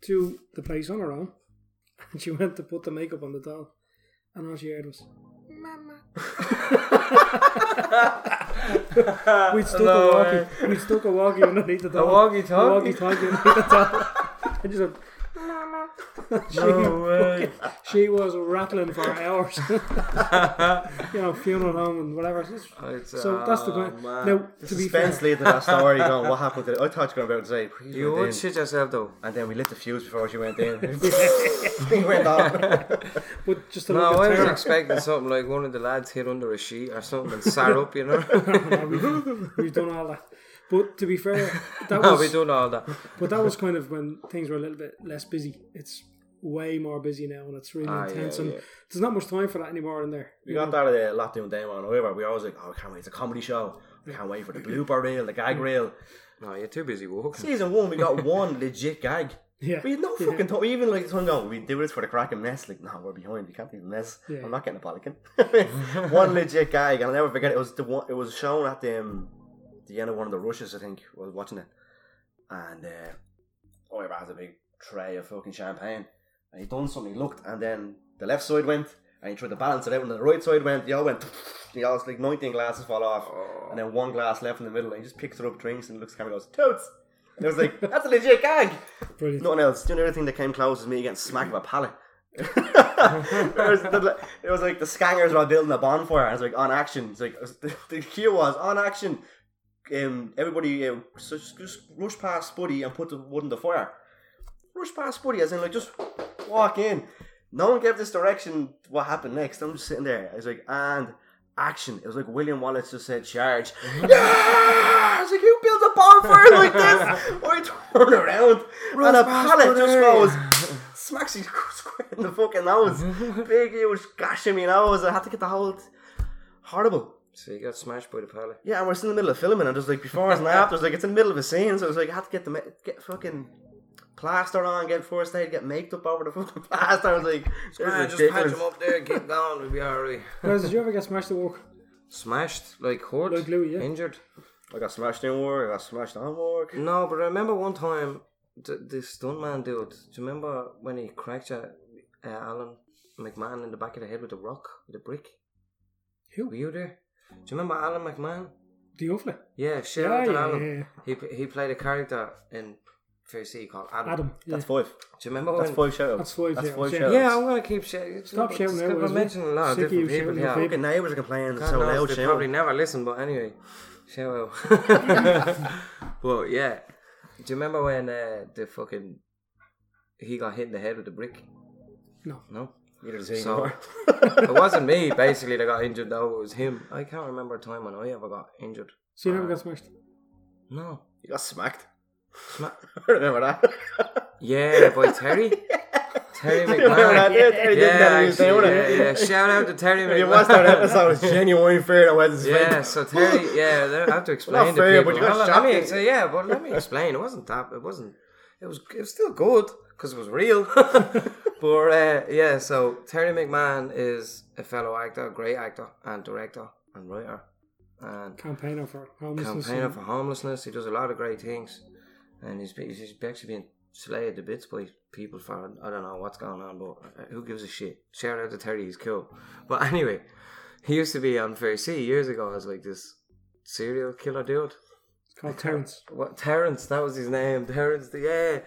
[SPEAKER 3] to the place on her own and she went to put the makeup on the doll. And all she heard was, Mama. we stuck
[SPEAKER 1] No
[SPEAKER 3] a walkie.
[SPEAKER 1] way.
[SPEAKER 3] We stuck a walkie underneath the doll.
[SPEAKER 1] walkie-talkie?
[SPEAKER 3] walkie talkie underneath the doll. And just went, Mama. She,
[SPEAKER 1] Oh, way.
[SPEAKER 3] she was rattling for hours. you know, funeral home and whatever.
[SPEAKER 1] It's,
[SPEAKER 3] So that's the
[SPEAKER 1] oh,
[SPEAKER 3] point.
[SPEAKER 1] man.
[SPEAKER 3] Now, to be fair,
[SPEAKER 2] Suspense leading to that story. Going, what happened to it? I thought you were going to say. "Please
[SPEAKER 1] You
[SPEAKER 2] went in."
[SPEAKER 1] would shit yourself though.
[SPEAKER 2] And then we lit the fuse before she went in. we went on.
[SPEAKER 3] but just a
[SPEAKER 1] No,
[SPEAKER 3] little
[SPEAKER 1] I
[SPEAKER 3] bit
[SPEAKER 1] was expecting something like one of the lads hid under a sheet or something and sat up, you know.
[SPEAKER 3] We've done all that. But to be fair, that
[SPEAKER 1] no, we
[SPEAKER 3] was
[SPEAKER 1] done all that.
[SPEAKER 3] but that was kind of when things were a little bit less busy. It's way more busy now, and it's really
[SPEAKER 1] Ah, yeah,
[SPEAKER 3] intense. and
[SPEAKER 1] yeah.
[SPEAKER 3] there's not much time for that anymore in there.
[SPEAKER 2] We got that uh, at a lot doing demo and whatever. We were always like, oh, I can't wait. It's a comedy show. I can't wait for the blooper reel, the gag reel.
[SPEAKER 1] No, you're too busy walking.
[SPEAKER 2] Season one, we got one legit gag.
[SPEAKER 3] Yeah.
[SPEAKER 2] We had no fucking time. Even like this one going, we do this for the crack and mess. Like, no, we're behind. We can't do this.
[SPEAKER 3] Yeah.
[SPEAKER 2] I'm not getting a bollocking. one legit gag, and I'll never forget. It was the one. It was shown at the um, the end of one of the rushes. I think I was watching it, and uh, boy, has a big tray of fucking champagne, and he done something. He looked, and then the left side went, and he tried to balance it out, and the right side went. They all went. They all like 19 glasses fall off,
[SPEAKER 3] Oh.
[SPEAKER 2] and then one glass left in the middle, and he just picks it up, drinks, and looks at the camera, and goes totes. And I was like, that's a legit gag.
[SPEAKER 3] Brilliant.
[SPEAKER 2] Nothing else. The only other thing that came close was me getting smacked with a pallet. it, was the, it was like the scangers were building a bonfire, and it was like on action. It's like the, the cue was on action. Um, everybody uh, so just, just rush past Spuddy and put the wood in the fire. Rush past Spuddy, as in like just walk in. No one gave this direction. What happened next? I'm just sitting there. I was like, and action. It was like William Wallace just said, charge. yeah! I was like, who builds a bonfire like this? Or I turn around and a pallet just goes, smacks you square in the fucking nose. Big huge gash in my nose. I had to get the whole. Horrible.
[SPEAKER 1] So you got smashed by the pallet.
[SPEAKER 2] Yeah, and we're still in the middle of filming, and there's like before and after, there's like it's in the middle of a scene, so it's like I had to get the ma- get fucking plaster on, get first aid, get maked up over the fucking plaster. I was like, this is
[SPEAKER 1] Ah, just patch
[SPEAKER 2] ridiculous.
[SPEAKER 1] him up there, keep down, we'll be alright.
[SPEAKER 3] Whereas, did you ever get smashed at work?
[SPEAKER 1] Smashed, like hurt,
[SPEAKER 3] Like Louis, yeah.
[SPEAKER 1] injured.
[SPEAKER 2] I got smashed in work. I got smashed on work.
[SPEAKER 1] No, but I remember one time th- this stunt man dude. Do you remember when he cracked uh, uh, Alan McMahon in the back of the head with a rock, with a brick?
[SPEAKER 3] Who?
[SPEAKER 1] Were you there? Do you remember Alan McMahon?
[SPEAKER 3] The Uffley.
[SPEAKER 1] Yeah, shit.
[SPEAKER 3] Yeah,
[SPEAKER 1] out to
[SPEAKER 3] yeah,
[SPEAKER 1] Alan.
[SPEAKER 3] yeah,
[SPEAKER 1] He p- he played a character in Fair City called Adam.
[SPEAKER 3] Adam. Yeah. Oh,
[SPEAKER 2] That's five.
[SPEAKER 1] Do you remember
[SPEAKER 2] That's
[SPEAKER 1] when?
[SPEAKER 2] five shoutouts.
[SPEAKER 3] That's five
[SPEAKER 2] That's
[SPEAKER 3] shoutouts,
[SPEAKER 2] five
[SPEAKER 3] yeah.
[SPEAKER 2] shoutouts.
[SPEAKER 1] Yeah, I'm gonna keep shouting.
[SPEAKER 3] Stop shouting now,
[SPEAKER 1] I'm
[SPEAKER 3] Wesley.
[SPEAKER 1] mentioning a lot of
[SPEAKER 3] Sick of you
[SPEAKER 1] different people.
[SPEAKER 3] shouting at
[SPEAKER 1] Yeah,
[SPEAKER 3] people.
[SPEAKER 2] Fucking neighbours are complaining. It's
[SPEAKER 1] God
[SPEAKER 2] so
[SPEAKER 1] knows,
[SPEAKER 2] loud.
[SPEAKER 1] they
[SPEAKER 2] shouting.
[SPEAKER 1] probably never listen, but anyway, shout out. but yeah, do you remember when uh, the fucking he got hit in the head with a brick?
[SPEAKER 3] No.
[SPEAKER 1] No,
[SPEAKER 2] Neither does he
[SPEAKER 1] So-
[SPEAKER 2] anymore.
[SPEAKER 1] it wasn't me. Basically, that got injured though. It was him. I can't remember a time when I ever got injured.
[SPEAKER 3] So you never got smashed.
[SPEAKER 1] No.
[SPEAKER 2] You got smacked.
[SPEAKER 1] Sma-
[SPEAKER 2] Remember that?
[SPEAKER 1] Yeah, by Terry. Terry
[SPEAKER 2] Remember
[SPEAKER 1] McMahon.
[SPEAKER 2] that? Yeah, Terry did
[SPEAKER 1] Yeah,
[SPEAKER 2] that. He was
[SPEAKER 1] actually,
[SPEAKER 2] doing
[SPEAKER 1] yeah,
[SPEAKER 2] it.
[SPEAKER 1] yeah. Shout out to Terry
[SPEAKER 2] If you watched that episode, it's genuine fear that went his
[SPEAKER 1] Yeah, so Terry, yeah, I have to explain
[SPEAKER 2] Not
[SPEAKER 1] to
[SPEAKER 2] fair,
[SPEAKER 1] people.
[SPEAKER 2] but you got
[SPEAKER 1] Hold on, let me,
[SPEAKER 2] shafted.
[SPEAKER 1] so yeah, but let me explain. It wasn't that. It wasn't. It was. It was still good because it was real. but uh, yeah, so Terry McMahon is a fellow actor, great actor, and director and writer, and
[SPEAKER 3] Campaigner for homelessness.
[SPEAKER 1] campaigner for homelessness. He does a lot of great things, and he's be- he's actually been slayed to bits by people for I don't know what's going on, but uh, who gives a shit? Shout out to Terry, he's cool. But anyway, he used to be on Fair Sea years ago as like this serial killer dude.
[SPEAKER 3] It's called Terence.
[SPEAKER 1] What Terrence? That was his name. Terrence. The, yeah,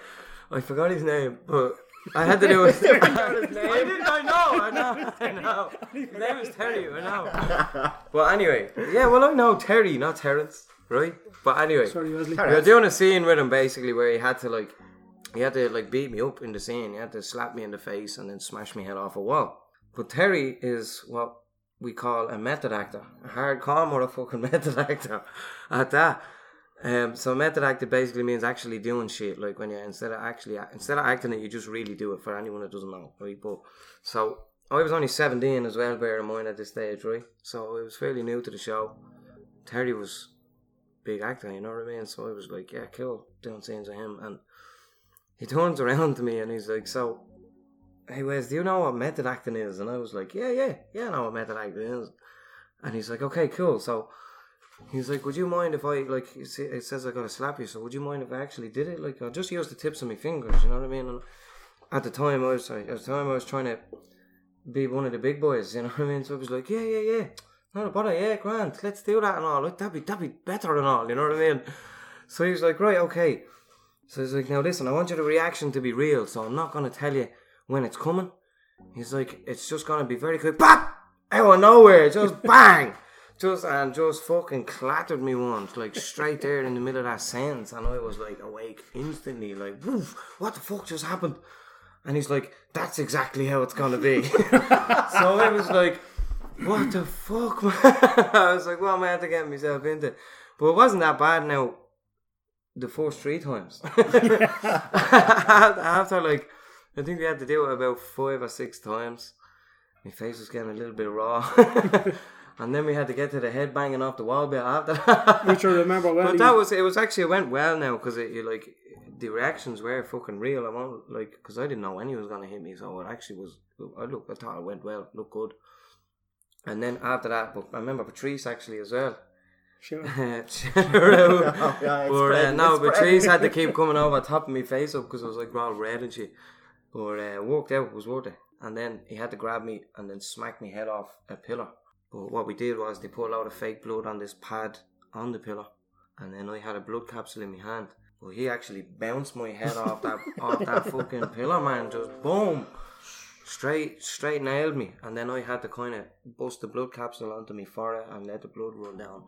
[SPEAKER 1] I forgot his name, but. I had to do it. I didn't. I know. I know. I know. His name is Terry. I know. But anyway, yeah. Well, I know Terry, not Terrence, right? But anyway,
[SPEAKER 3] Sorry, Wesley.
[SPEAKER 1] we were doing a scene with him basically where he had to like he had to like beat me up in the scene. He had to slap me in the face and then smash me head off a wall. But Terry is what we call a method actor, a hardcore motherfucking method actor at that. Um, so method acting basically means actually doing shit. Like when you instead of actually instead of acting it, you just really do it. For anyone that doesn't know, right? But so I was only seventeen as well, bear in mind at this stage, right? So I was fairly new to the show. Terry was big actor, you know what I mean? So I was like, yeah, cool, doing scenes with him. And he turns around to me and he's like, so, hey Wes, do you know what method acting is? And I was like, yeah, yeah, yeah, I know what method acting is. And he's like, okay, cool. So he's like, would you mind if I, like, he sa- it says I gotta slap you, so would you mind if I actually did it? Like, I just used the tips of my fingers, you know what I mean? And at the time, I was, sorry, at the time I was trying to be one of the big boys, you know what I mean? So I was like, yeah, yeah, yeah, not a bother, Oh, yeah, Grant, let's do that and all. Look, that'd be, that'd be better and all, you know what I mean? So he was like, right, okay. So he's like, now listen, I want your reaction to be real, so I'm not gonna tell you when it's coming. He's like, it's just gonna be very quick, BAP! Out of nowhere, just bang! Just and just fucking clattered me once, like straight there in the middle of that sentence, and I was like awake instantly, like, woof, what the fuck just happened? And he's like, that's exactly how it's gonna be. so I was like, what the fuck, man? I was like, what am I had to get myself into? But it wasn't that bad now, the first three times. After, like, I think we had to do it about five or six times. My face was getting a little bit raw. and then we had to get to the head banging off the wall bit after that.
[SPEAKER 3] Which I remember well.
[SPEAKER 1] But that was it. Was actually it went well now because it you like the reactions were fucking real. I won't like because I didn't know when he was gonna hit me, so it actually was. I look, I thought it went well, looked good. And then after that, but I remember Patrice actually as well.
[SPEAKER 3] Sure.
[SPEAKER 1] Cheryl.
[SPEAKER 2] yeah, it's
[SPEAKER 1] But uh,
[SPEAKER 2] spreading,
[SPEAKER 1] no,
[SPEAKER 2] it's
[SPEAKER 1] but
[SPEAKER 2] spreading.
[SPEAKER 1] trees had to keep coming over topping me face up because I was like all red and shit. But uh, worked out, it was worth it. And then he had to grab me and then smack me head off a pillar. But what we did was they put a lot of fake blood on this pad on the pillar, and then I had a blood capsule in my hand. But he actually bounced my head off that off that fucking pillar, man. Just boom, straight straight nailed me. And then I had to kind of bust the blood capsule onto me forehead and let the blood run down.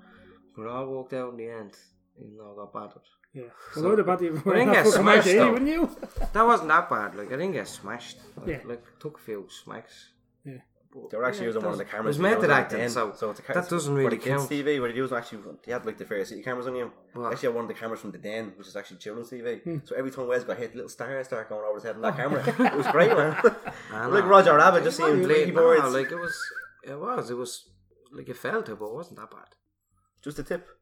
[SPEAKER 1] But I walked out in the end, even though I got battered.
[SPEAKER 3] Yeah. Well, I'd have had you
[SPEAKER 1] think I smashed
[SPEAKER 3] day,
[SPEAKER 1] them.
[SPEAKER 3] wouldn't you?
[SPEAKER 1] That wasn't that bad. Like I didn't get smashed. Like,
[SPEAKER 3] Yeah.
[SPEAKER 1] like took a few smacks.
[SPEAKER 3] Yeah.
[SPEAKER 1] But,
[SPEAKER 2] They were actually
[SPEAKER 1] yeah,
[SPEAKER 2] using one
[SPEAKER 1] that
[SPEAKER 2] of the cameras.
[SPEAKER 1] was- It was
[SPEAKER 2] when I
[SPEAKER 1] method
[SPEAKER 2] at the
[SPEAKER 1] acting,
[SPEAKER 2] end,
[SPEAKER 1] so,
[SPEAKER 2] it's a ca-
[SPEAKER 1] that doesn't
[SPEAKER 2] for
[SPEAKER 1] really
[SPEAKER 2] the kids'
[SPEAKER 1] count.
[SPEAKER 2] TV, what they do is actually they had like the Fair City cameras on you.
[SPEAKER 1] Wow.
[SPEAKER 2] They Actually, had one of the cameras from the Den, which is actually children's TV.
[SPEAKER 1] Hmm.
[SPEAKER 2] So every time Wes got hit, little stars start going over his head on
[SPEAKER 1] Oh.
[SPEAKER 2] that camera. it was great, man. like Roger Rabbit, just seeing
[SPEAKER 1] Like,
[SPEAKER 2] three
[SPEAKER 1] no,
[SPEAKER 2] boards,
[SPEAKER 1] like it was, it was, it was like it felt it, but it wasn't that
[SPEAKER 2] just a tip
[SPEAKER 1] bad.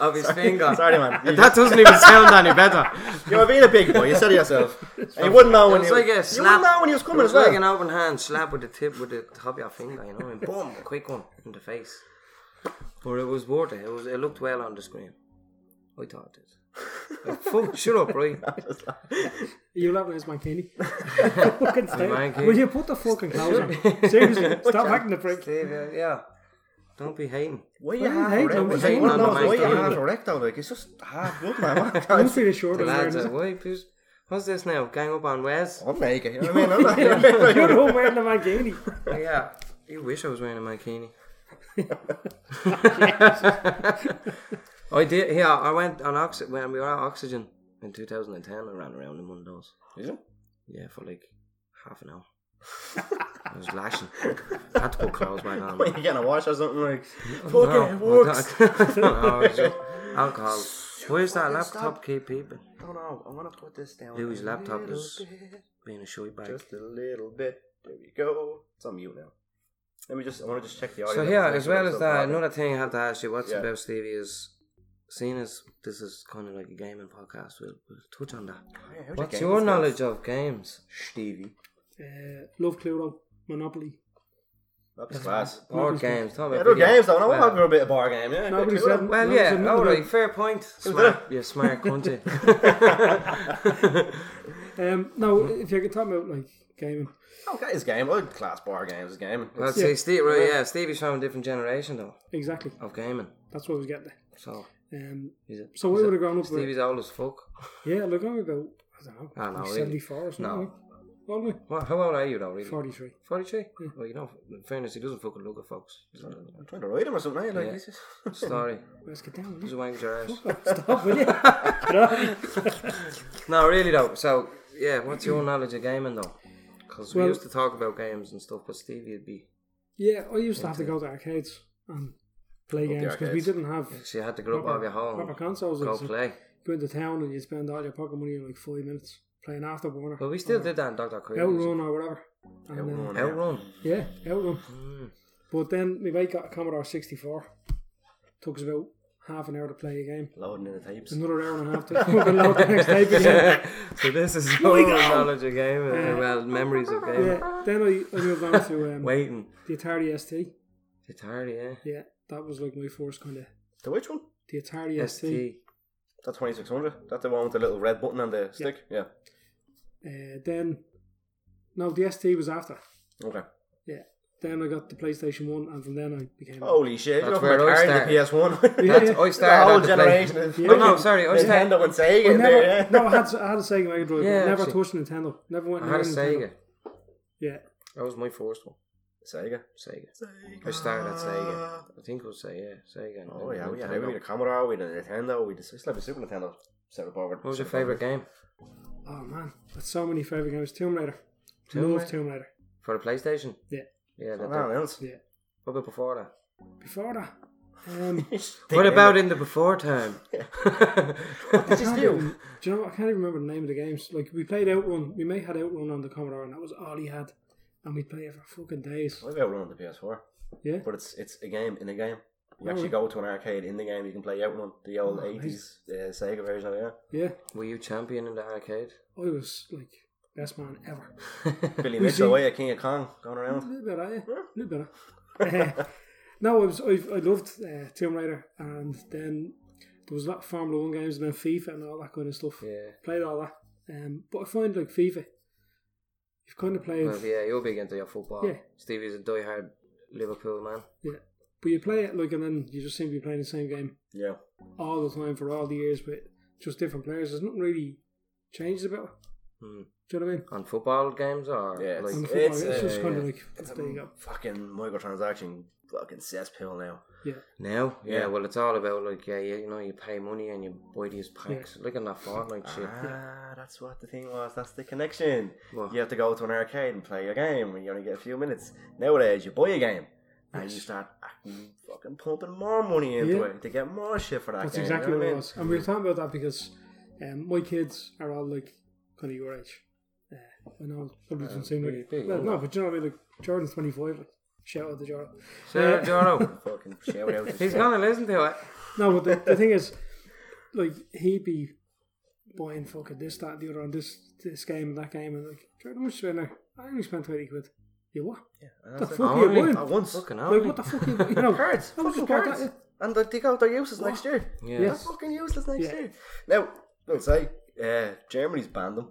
[SPEAKER 1] of his finger.
[SPEAKER 2] Sorry, man. You,
[SPEAKER 1] That doesn't even sound any better.
[SPEAKER 2] you were being a big boy. You said it yourself. And you wouldn't know when
[SPEAKER 1] was
[SPEAKER 2] you.
[SPEAKER 1] like a
[SPEAKER 2] you
[SPEAKER 1] slap.
[SPEAKER 2] wouldn't know when he was
[SPEAKER 1] It
[SPEAKER 2] coming
[SPEAKER 1] was
[SPEAKER 2] as well.
[SPEAKER 1] like an open hand slap with the tip with the top of your finger, you know, and boom, quick one in the face. But it was worth it. It was. It looked well on the screen. I thought it did. Like, fuck, shut up, right?
[SPEAKER 3] You'll have Wes Mankini. fucking stay.
[SPEAKER 1] Mankini.
[SPEAKER 3] Will you put the fucking clothes on? Seriously, stop acting the prick.
[SPEAKER 1] Dave, uh, yeah. Don't be hating.
[SPEAKER 2] Why you
[SPEAKER 3] Well,
[SPEAKER 2] half
[SPEAKER 3] hey,
[SPEAKER 2] erect?
[SPEAKER 3] don't
[SPEAKER 2] Why
[SPEAKER 3] say
[SPEAKER 2] you
[SPEAKER 3] no,
[SPEAKER 2] half-
[SPEAKER 3] no,
[SPEAKER 2] why you
[SPEAKER 3] no.
[SPEAKER 2] half erect though? Like it's just half good, man.
[SPEAKER 3] Don't feel assured
[SPEAKER 1] The
[SPEAKER 3] of
[SPEAKER 1] lads are
[SPEAKER 3] wearing it.
[SPEAKER 1] why, who's- What's this now? Gang up on Wes?
[SPEAKER 2] I'm naked. You know what I mean? I'm not-
[SPEAKER 3] You're the one wearing the Mankini.
[SPEAKER 1] Yeah. You wish I was wearing a mankini. I did. Yeah, I went on oxygen when we were at oxygen in 2010. I ran around in one of those.
[SPEAKER 2] Is it?
[SPEAKER 1] Yeah, for like half an hour. I was lashing. I had to put clothes back on. man.
[SPEAKER 2] You're getting a wash or something like.
[SPEAKER 1] No,
[SPEAKER 2] Fucking
[SPEAKER 1] I
[SPEAKER 2] works.
[SPEAKER 1] don't- no, it was just alcohol. Why is that laptop keep peeping?
[SPEAKER 2] No, no, I want to put this down.
[SPEAKER 1] Louis'
[SPEAKER 2] a
[SPEAKER 1] laptop
[SPEAKER 2] little
[SPEAKER 1] is-
[SPEAKER 2] bit.
[SPEAKER 1] Being a shy bag.
[SPEAKER 2] just a little bit. There we go. It's on mute now. Let me just. I want to just check the audio.
[SPEAKER 1] So
[SPEAKER 2] levels,
[SPEAKER 1] here,
[SPEAKER 2] make
[SPEAKER 1] as
[SPEAKER 2] sure
[SPEAKER 1] well
[SPEAKER 2] it's
[SPEAKER 1] as
[SPEAKER 2] not
[SPEAKER 1] that,
[SPEAKER 2] dropping.
[SPEAKER 1] another thing I have to ask you: What's
[SPEAKER 2] Yeah.
[SPEAKER 1] about Stevie is, seeing as this is kind of like a gaming podcast, we'll, we'll touch on that.
[SPEAKER 2] Yeah, how'd you
[SPEAKER 1] What's
[SPEAKER 2] get
[SPEAKER 1] your
[SPEAKER 2] this guy?
[SPEAKER 1] knowledge of games, Stevie?
[SPEAKER 3] Uh, love Cluedo, Monopoly.
[SPEAKER 2] That's class.
[SPEAKER 1] Board games? Talk
[SPEAKER 2] Yeah,
[SPEAKER 1] about
[SPEAKER 2] they're
[SPEAKER 1] video-
[SPEAKER 2] games though. No, I'm
[SPEAKER 1] well,
[SPEAKER 2] having a bit of bar game. Yeah,
[SPEAKER 3] Nobody
[SPEAKER 2] Cool.
[SPEAKER 3] said-
[SPEAKER 1] Well,
[SPEAKER 3] No,
[SPEAKER 1] yeah,
[SPEAKER 3] there's another
[SPEAKER 1] all right,
[SPEAKER 3] one.
[SPEAKER 1] fair point. Smart, you smart country.
[SPEAKER 3] Um, no,
[SPEAKER 1] Hmm.
[SPEAKER 3] if you're talking about like gaming,
[SPEAKER 2] Okay, it's game. Oh, class bar games is game.
[SPEAKER 1] well,
[SPEAKER 3] Yeah.
[SPEAKER 1] see, Steve, right, yeah, Stevie's from a different generation though
[SPEAKER 3] exactly.
[SPEAKER 1] of gaming.
[SPEAKER 3] That's what I was getting
[SPEAKER 1] So,
[SPEAKER 3] at. Um,
[SPEAKER 1] he's a-
[SPEAKER 3] so we
[SPEAKER 1] he's a-
[SPEAKER 3] would have grown up with,
[SPEAKER 1] Stevie's old as fuck.
[SPEAKER 3] yeah, like I'm about, I don't know,
[SPEAKER 1] I don't know,
[SPEAKER 3] like
[SPEAKER 1] really.
[SPEAKER 3] 74 or something.
[SPEAKER 1] No.
[SPEAKER 3] No. Well, we?
[SPEAKER 1] What, how old are you though, really?
[SPEAKER 3] 43.
[SPEAKER 1] Forty-three. Well, you know, in fairness, he doesn't fucking look at folks. He's not a
[SPEAKER 2] I'm trying to ride him or something. eh? Like,
[SPEAKER 1] Yeah.
[SPEAKER 2] he's just...
[SPEAKER 1] Story.
[SPEAKER 3] Let's get down.
[SPEAKER 1] He's a
[SPEAKER 3] will
[SPEAKER 1] wank your ass.
[SPEAKER 3] you? Stop, will you? Get off.
[SPEAKER 1] No, really though. So yeah, what's your knowledge of gaming though? Because we
[SPEAKER 3] Well-
[SPEAKER 1] used to talk about games and stuff, but Stevie would be
[SPEAKER 3] yeah, I used to have to go to arcades and play
[SPEAKER 2] Up the
[SPEAKER 3] games because we
[SPEAKER 2] arcades.
[SPEAKER 3] didn't have
[SPEAKER 1] she had to grow up out of your
[SPEAKER 3] proper
[SPEAKER 1] home,
[SPEAKER 3] consoles.
[SPEAKER 1] go
[SPEAKER 3] Like, so
[SPEAKER 1] play.
[SPEAKER 3] go into town and you spend all your pocket money in like five minutes playing Afterburner.
[SPEAKER 1] But we still
[SPEAKER 3] or
[SPEAKER 1] did that in Doctor Creed.
[SPEAKER 3] Outrun or whatever. And, uh,
[SPEAKER 1] Mm,
[SPEAKER 2] Outrun.
[SPEAKER 1] Outrun.
[SPEAKER 3] Yeah, Outrun. But then my mate got a Commodore 64. took us about half an hour to play a game.
[SPEAKER 2] Loading in the tapes.
[SPEAKER 1] Mm.
[SPEAKER 3] Another hour and a half to fucking load the next tape again.
[SPEAKER 1] so this is
[SPEAKER 3] Here we
[SPEAKER 1] total
[SPEAKER 3] go.
[SPEAKER 1] knowledge of game, uh, well, memories of game.
[SPEAKER 3] Yeah. Then I, I moved on to um,
[SPEAKER 1] Waiting.
[SPEAKER 3] the Atari ST.
[SPEAKER 1] It's hard, yeah.
[SPEAKER 3] Yeah, that was like my first kind of
[SPEAKER 2] The which one?
[SPEAKER 3] the Atari ST.
[SPEAKER 1] ST.
[SPEAKER 2] That's 2600. That's the one with the little red button on the stick? Yeah.
[SPEAKER 3] Uh, then no, the ST was after.
[SPEAKER 2] Okay.
[SPEAKER 3] Yeah. Then I got the PlayStation One, and from then I became.
[SPEAKER 2] Holy shit.
[SPEAKER 1] That's
[SPEAKER 2] That's
[SPEAKER 1] where
[SPEAKER 2] where
[SPEAKER 1] I
[SPEAKER 2] I PS1.
[SPEAKER 3] Yeah, yeah.
[SPEAKER 1] That's, I
[SPEAKER 2] The
[SPEAKER 1] started
[SPEAKER 2] whole
[SPEAKER 1] out to play-
[SPEAKER 2] generation is
[SPEAKER 3] Yeah.
[SPEAKER 1] Oh, no, sorry, I started.
[SPEAKER 2] Nintendo and Sega
[SPEAKER 3] I
[SPEAKER 2] in
[SPEAKER 3] never,
[SPEAKER 2] there, yeah.
[SPEAKER 3] no, I had I had a Sega Mega Drive.
[SPEAKER 1] Yeah,
[SPEAKER 3] but never
[SPEAKER 1] actually.
[SPEAKER 3] touched Nintendo. Never went.
[SPEAKER 1] I had
[SPEAKER 3] near
[SPEAKER 1] a
[SPEAKER 3] Nintendo.
[SPEAKER 1] Sega.
[SPEAKER 3] Yeah,
[SPEAKER 1] That was my first one.
[SPEAKER 2] Sega.
[SPEAKER 1] Sega. I started at Sega. I think it was Sega. Yeah, Sega. and
[SPEAKER 2] Uh, Oh
[SPEAKER 1] then
[SPEAKER 2] yeah, we had
[SPEAKER 1] Nintendo.
[SPEAKER 2] we had a Commodore, we had a Nintendo, we had a it's like a Super Nintendo set up over.
[SPEAKER 1] What was your favourite game
[SPEAKER 3] Oh man, that's so many favorite games. Tomb Raider.
[SPEAKER 1] Tomb
[SPEAKER 3] Love
[SPEAKER 1] Raider?
[SPEAKER 3] Tomb Raider.
[SPEAKER 1] for the PlayStation?
[SPEAKER 3] Yeah.
[SPEAKER 1] Yeah, that, that.
[SPEAKER 2] Nothing else.
[SPEAKER 3] Yeah.
[SPEAKER 1] What about before that?
[SPEAKER 3] Before that, um,
[SPEAKER 1] What about in the before time?
[SPEAKER 3] I can't even- do you know what? I can't even remember the name of the games. Like we played Outrun. We may had Outrun on the Commodore, and that was all he had. And we'd play it for fucking days.
[SPEAKER 2] I've outrun on the PS4.
[SPEAKER 3] Yeah.
[SPEAKER 2] But it's it's a game in a game. You
[SPEAKER 3] Oh,
[SPEAKER 2] actually
[SPEAKER 3] really?
[SPEAKER 2] go to an arcade in the game. You can play Outrun, the old
[SPEAKER 3] Oh,
[SPEAKER 2] eighties uh, Sega version. of it,
[SPEAKER 3] Yeah,
[SPEAKER 1] Were you champion in the arcade?
[SPEAKER 3] I was like best man ever.
[SPEAKER 2] Yeah, Billy
[SPEAKER 3] We
[SPEAKER 2] Mitchell, oh,
[SPEAKER 3] see-
[SPEAKER 2] yeah, King of Kong, going
[SPEAKER 3] A
[SPEAKER 2] around.
[SPEAKER 3] little bit, eh? A little bit. eh? no, I was. I, I loved uh, Tomb Raider, and then there was a lot of Formula One games, and then FIFA and all that kind of stuff.
[SPEAKER 1] Yeah.
[SPEAKER 3] Played all that, um, but I find like FIFA, you've kind of played,
[SPEAKER 1] Well, yeah, you're big into your football.
[SPEAKER 3] Yeah.
[SPEAKER 1] Stevie's a die-hard Liverpool man.
[SPEAKER 3] yeah, but you play it like, and then you just seem to be playing the same game
[SPEAKER 2] Yeah,
[SPEAKER 3] all the time for all the years with just different players. There's nothing really changes about it.
[SPEAKER 1] Hmm.
[SPEAKER 3] Do you know what I mean?
[SPEAKER 1] On football games or
[SPEAKER 2] Yeah, it's-
[SPEAKER 1] like
[SPEAKER 3] On the football,
[SPEAKER 2] it's,
[SPEAKER 3] it's,
[SPEAKER 2] uh,
[SPEAKER 3] just kind
[SPEAKER 1] yeah.
[SPEAKER 3] of like there you go.
[SPEAKER 2] fucking microtransaction, fucking cesspill now.
[SPEAKER 3] Yeah,
[SPEAKER 1] now? Yeah.
[SPEAKER 2] Yeah.
[SPEAKER 1] well, it's all about like yeah, you, you know, you pay money and you buy these packs. Look at that Fortnite shit.
[SPEAKER 2] Ah, that's what the thing was. That's the connection.
[SPEAKER 1] What?
[SPEAKER 2] You have to go to an arcade and play a game, and you only get a few minutes. Nowadays, you buy a game, and you start acting, fucking pumping more money into
[SPEAKER 3] Yeah.
[SPEAKER 2] it to get more shit for that
[SPEAKER 3] That's
[SPEAKER 2] game.
[SPEAKER 3] exactly
[SPEAKER 2] you know
[SPEAKER 3] what
[SPEAKER 2] what I
[SPEAKER 3] it
[SPEAKER 2] mean?
[SPEAKER 3] was. And we were talking about that because um, my kids are all like kind of your age. Uh, I know it probably doesn't seem
[SPEAKER 1] pretty
[SPEAKER 3] like
[SPEAKER 1] big,
[SPEAKER 3] well,
[SPEAKER 1] isn't
[SPEAKER 3] no, but you know what I mean. Like Jordan's twenty five. Like, shout out to Jordan.
[SPEAKER 1] So, Joro,
[SPEAKER 2] Fucking shout out.
[SPEAKER 1] he's gonna listen to it.
[SPEAKER 3] No, but the, the thing is, like he'd be buying fucking this, that, and the other on this this game and that game, and like Jordan, how much you spend there? I only spent twenty quid. You what?
[SPEAKER 2] And
[SPEAKER 3] the
[SPEAKER 2] that's it.
[SPEAKER 3] fuck are you
[SPEAKER 1] Only-
[SPEAKER 3] buying?
[SPEAKER 2] At once.
[SPEAKER 1] Fucking
[SPEAKER 3] Like
[SPEAKER 1] hell.
[SPEAKER 3] what the fuck? You, you know,
[SPEAKER 2] Cards.
[SPEAKER 3] I was
[SPEAKER 2] Fucking
[SPEAKER 3] just bought that,
[SPEAKER 2] cards. And they take out their uses next year.
[SPEAKER 1] Yeah.
[SPEAKER 2] They're
[SPEAKER 3] Yes.
[SPEAKER 2] fucking useless next
[SPEAKER 3] Yeah.
[SPEAKER 2] year. Now, let's say uh, Germany's banned them.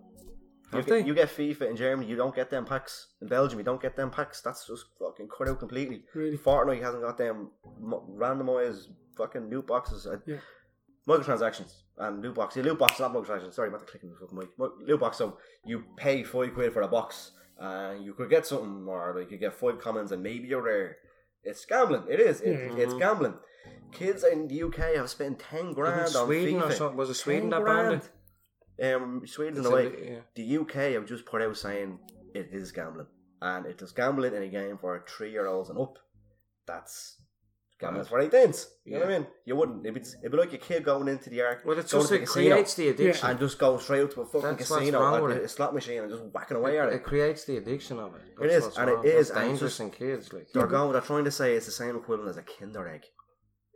[SPEAKER 2] You
[SPEAKER 1] Have
[SPEAKER 2] get,
[SPEAKER 1] they?
[SPEAKER 2] you get FIFA in Germany, you don't get them packs. In Belgium, you don't get them packs. That's just fucking cut out completely.
[SPEAKER 3] Really?
[SPEAKER 2] Fortnite hasn't got them mo- randomized fucking loot boxes. Uh,
[SPEAKER 3] Yeah.
[SPEAKER 2] Microtransactions and loot box. Yeah, loot box, not microtransactions. Sorry, I'm not clicking the fucking mic. Mo- Loot box. So you pay five quid for a box, and you could get something, or like you get five commons, and maybe you're rare. It's gambling. It is. It,
[SPEAKER 3] Yeah.
[SPEAKER 1] Hmm.
[SPEAKER 2] It's gambling. Kids in the UK have spent ten grand
[SPEAKER 1] Didn't
[SPEAKER 2] on
[SPEAKER 1] Sweden
[SPEAKER 2] FIFA.
[SPEAKER 1] or something? Was it
[SPEAKER 2] 10
[SPEAKER 1] Sweden that banned it?
[SPEAKER 2] grand. Um, Sweden in
[SPEAKER 1] It's
[SPEAKER 2] a
[SPEAKER 1] in
[SPEAKER 2] way.
[SPEAKER 1] the- yeah.
[SPEAKER 2] The UK have just put out saying it is gambling, and it is gambling in a game for three-year-olds and up. That's gambling for eighteens. You know what I mean? You wouldn't. It'd be, it'd be like a kid going into the arc.
[SPEAKER 1] Well, it's
[SPEAKER 2] going
[SPEAKER 1] just
[SPEAKER 2] to
[SPEAKER 1] it
[SPEAKER 2] the casino
[SPEAKER 1] creates the addiction.
[SPEAKER 2] and just going straight up to a fucking
[SPEAKER 1] That's what's
[SPEAKER 2] casino
[SPEAKER 1] wrong
[SPEAKER 2] or
[SPEAKER 1] with
[SPEAKER 2] a,
[SPEAKER 1] it.
[SPEAKER 2] a slot machine and just whacking away at
[SPEAKER 1] It,
[SPEAKER 2] it.
[SPEAKER 1] creates the addiction of it.
[SPEAKER 2] It is,
[SPEAKER 1] what's
[SPEAKER 2] and it
[SPEAKER 1] wrong. That's
[SPEAKER 2] is, and it's
[SPEAKER 1] dangerous
[SPEAKER 2] just-
[SPEAKER 1] in kids. Like
[SPEAKER 2] They're going. They're trying to say it's the same equivalent as a Kinder egg.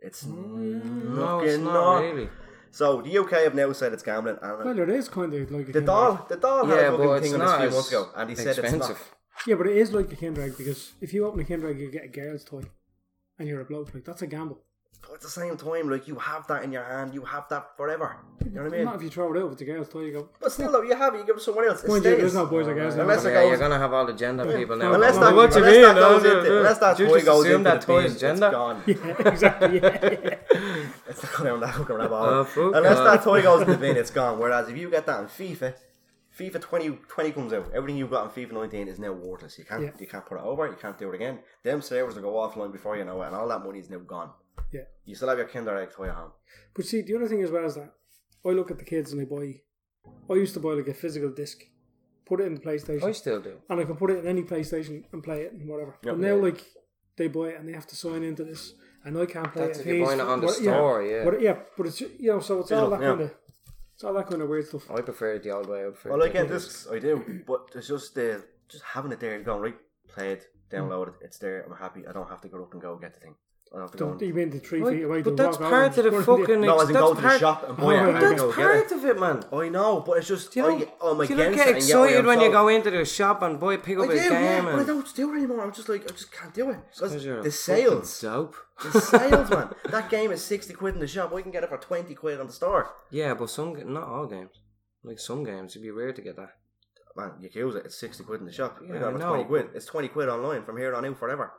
[SPEAKER 2] It's
[SPEAKER 1] Hmm. no, it's
[SPEAKER 2] fucking
[SPEAKER 1] not,
[SPEAKER 2] not.
[SPEAKER 1] really.
[SPEAKER 2] So the UK have now said it's gambling, and
[SPEAKER 3] Well, it is kind of like
[SPEAKER 2] the
[SPEAKER 3] a Kinder Egg.
[SPEAKER 2] doll, the doll had
[SPEAKER 1] Yeah,
[SPEAKER 2] a
[SPEAKER 1] but
[SPEAKER 2] fucking
[SPEAKER 1] it's
[SPEAKER 2] thing on this a
[SPEAKER 1] not
[SPEAKER 2] few
[SPEAKER 1] as
[SPEAKER 2] months ago, and he said it's not.
[SPEAKER 1] expensive.
[SPEAKER 3] Yeah, but it is like a Kinder Egg because if you open a Kinder Egg, you get a girl's toy, and you're a bloke. Like that's a gamble.
[SPEAKER 2] But at the same time, like you have that in your hand, you have that forever. You know what I mean?
[SPEAKER 3] Not if you throw it out with the girls' toy, you go.
[SPEAKER 2] But still, though, you have it. You give it to someone else. It
[SPEAKER 3] Mind you,
[SPEAKER 2] stays.
[SPEAKER 3] there's no boys or girls. now.
[SPEAKER 2] Unless
[SPEAKER 1] Yeah,
[SPEAKER 2] it goes-
[SPEAKER 1] you're gonna have all the gender people now.
[SPEAKER 2] Unless
[SPEAKER 1] Well,
[SPEAKER 2] that,
[SPEAKER 1] what you
[SPEAKER 2] unless
[SPEAKER 1] mean?
[SPEAKER 2] that goes
[SPEAKER 1] No,
[SPEAKER 2] into,
[SPEAKER 1] no,
[SPEAKER 2] unless that
[SPEAKER 1] you
[SPEAKER 2] boy
[SPEAKER 1] just
[SPEAKER 2] goes
[SPEAKER 1] assume
[SPEAKER 2] into that
[SPEAKER 1] that
[SPEAKER 2] the
[SPEAKER 1] toy
[SPEAKER 2] bin,
[SPEAKER 1] is
[SPEAKER 2] it's
[SPEAKER 1] gender.
[SPEAKER 2] gone.
[SPEAKER 3] Yeah, exactly. Yeah.
[SPEAKER 2] It's not going down that fucking rabbit hole.
[SPEAKER 1] Oh, fuck
[SPEAKER 2] unless
[SPEAKER 1] off.
[SPEAKER 2] that toy goes in the bin, it's gone. Whereas if you get that in FIFA, FIFA 20, 20 comes out. Everything you've got in FIFA 19 is now worthless. You can't
[SPEAKER 3] Yeah.
[SPEAKER 2] you can't put it over. You can't do it again. Them servers will go offline before you know it, and all that money is now gone.
[SPEAKER 3] Yeah.
[SPEAKER 2] You still have your Kinder Egg toy at home.
[SPEAKER 3] But see, the other thing as well is that I look at the kids and I buy. I used to buy like a physical disc, put it in the PlayStation,
[SPEAKER 1] I still do.
[SPEAKER 3] and I can put it in any PlayStation and play it and whatever.
[SPEAKER 2] Yeah,
[SPEAKER 3] but now,
[SPEAKER 2] yeah.
[SPEAKER 3] like, they buy it and they have to sign into this, and I can't play
[SPEAKER 1] That's
[SPEAKER 3] it.
[SPEAKER 1] if you're
[SPEAKER 3] he's-
[SPEAKER 1] buying it on the
[SPEAKER 3] what- yeah,
[SPEAKER 1] store, yeah.
[SPEAKER 3] But, yeah, but it's you know, so it's all
[SPEAKER 2] Digital,
[SPEAKER 3] that
[SPEAKER 2] yeah.
[SPEAKER 3] kind of, it's all that kind of weird stuff.
[SPEAKER 1] I prefer it the old way. I prefer
[SPEAKER 2] Well, I
[SPEAKER 1] it.
[SPEAKER 2] get discs, I do, but it's just uh, just having it there and going right, play it, download it. It's there. I'm happy. I don't have to go up and go get the thing. I don't have to go.
[SPEAKER 3] Don't
[SPEAKER 2] And,
[SPEAKER 3] even the three feet away.
[SPEAKER 1] Right, but
[SPEAKER 3] to
[SPEAKER 1] that's
[SPEAKER 3] walk
[SPEAKER 1] part
[SPEAKER 3] over
[SPEAKER 1] of
[SPEAKER 3] and
[SPEAKER 1] the
[SPEAKER 3] squirt in
[SPEAKER 1] fucking.
[SPEAKER 2] no, I
[SPEAKER 1] ex-
[SPEAKER 2] can go
[SPEAKER 1] that's
[SPEAKER 2] to the
[SPEAKER 1] part-
[SPEAKER 2] shop and buy
[SPEAKER 3] Oh,
[SPEAKER 2] it.
[SPEAKER 3] yeah,
[SPEAKER 2] and
[SPEAKER 1] But
[SPEAKER 2] I can
[SPEAKER 1] that's
[SPEAKER 2] go get
[SPEAKER 1] part
[SPEAKER 2] it.
[SPEAKER 1] of it, man.
[SPEAKER 2] I know, but it's just
[SPEAKER 1] Do you
[SPEAKER 2] I, oh, I'm
[SPEAKER 1] not, do you not
[SPEAKER 2] against
[SPEAKER 1] get
[SPEAKER 2] it and yet I am
[SPEAKER 1] excited when you
[SPEAKER 2] so-
[SPEAKER 1] go into the shop and buy pick
[SPEAKER 2] I
[SPEAKER 1] up
[SPEAKER 2] do,
[SPEAKER 1] a game
[SPEAKER 2] yeah, but I
[SPEAKER 1] and
[SPEAKER 2] don't do it anymore. I'm just like, I just can't do it. 'Cause
[SPEAKER 1] 'Cause you're a
[SPEAKER 2] the
[SPEAKER 1] fucking
[SPEAKER 2] sales,
[SPEAKER 1] dope.
[SPEAKER 2] the sales, man. That game is sixty quid in the shop. We can get it for twenty quid on the store.
[SPEAKER 1] Yeah, but some ga- not all games. Like some games, it'd be rare to get that.
[SPEAKER 2] Man, you can use it. It's sixty quid in the shop.
[SPEAKER 1] Yeah,
[SPEAKER 2] I got it
[SPEAKER 1] I
[SPEAKER 2] for
[SPEAKER 1] know,
[SPEAKER 2] twenty quid.
[SPEAKER 1] but-
[SPEAKER 2] It's twenty quid online from here on out forever.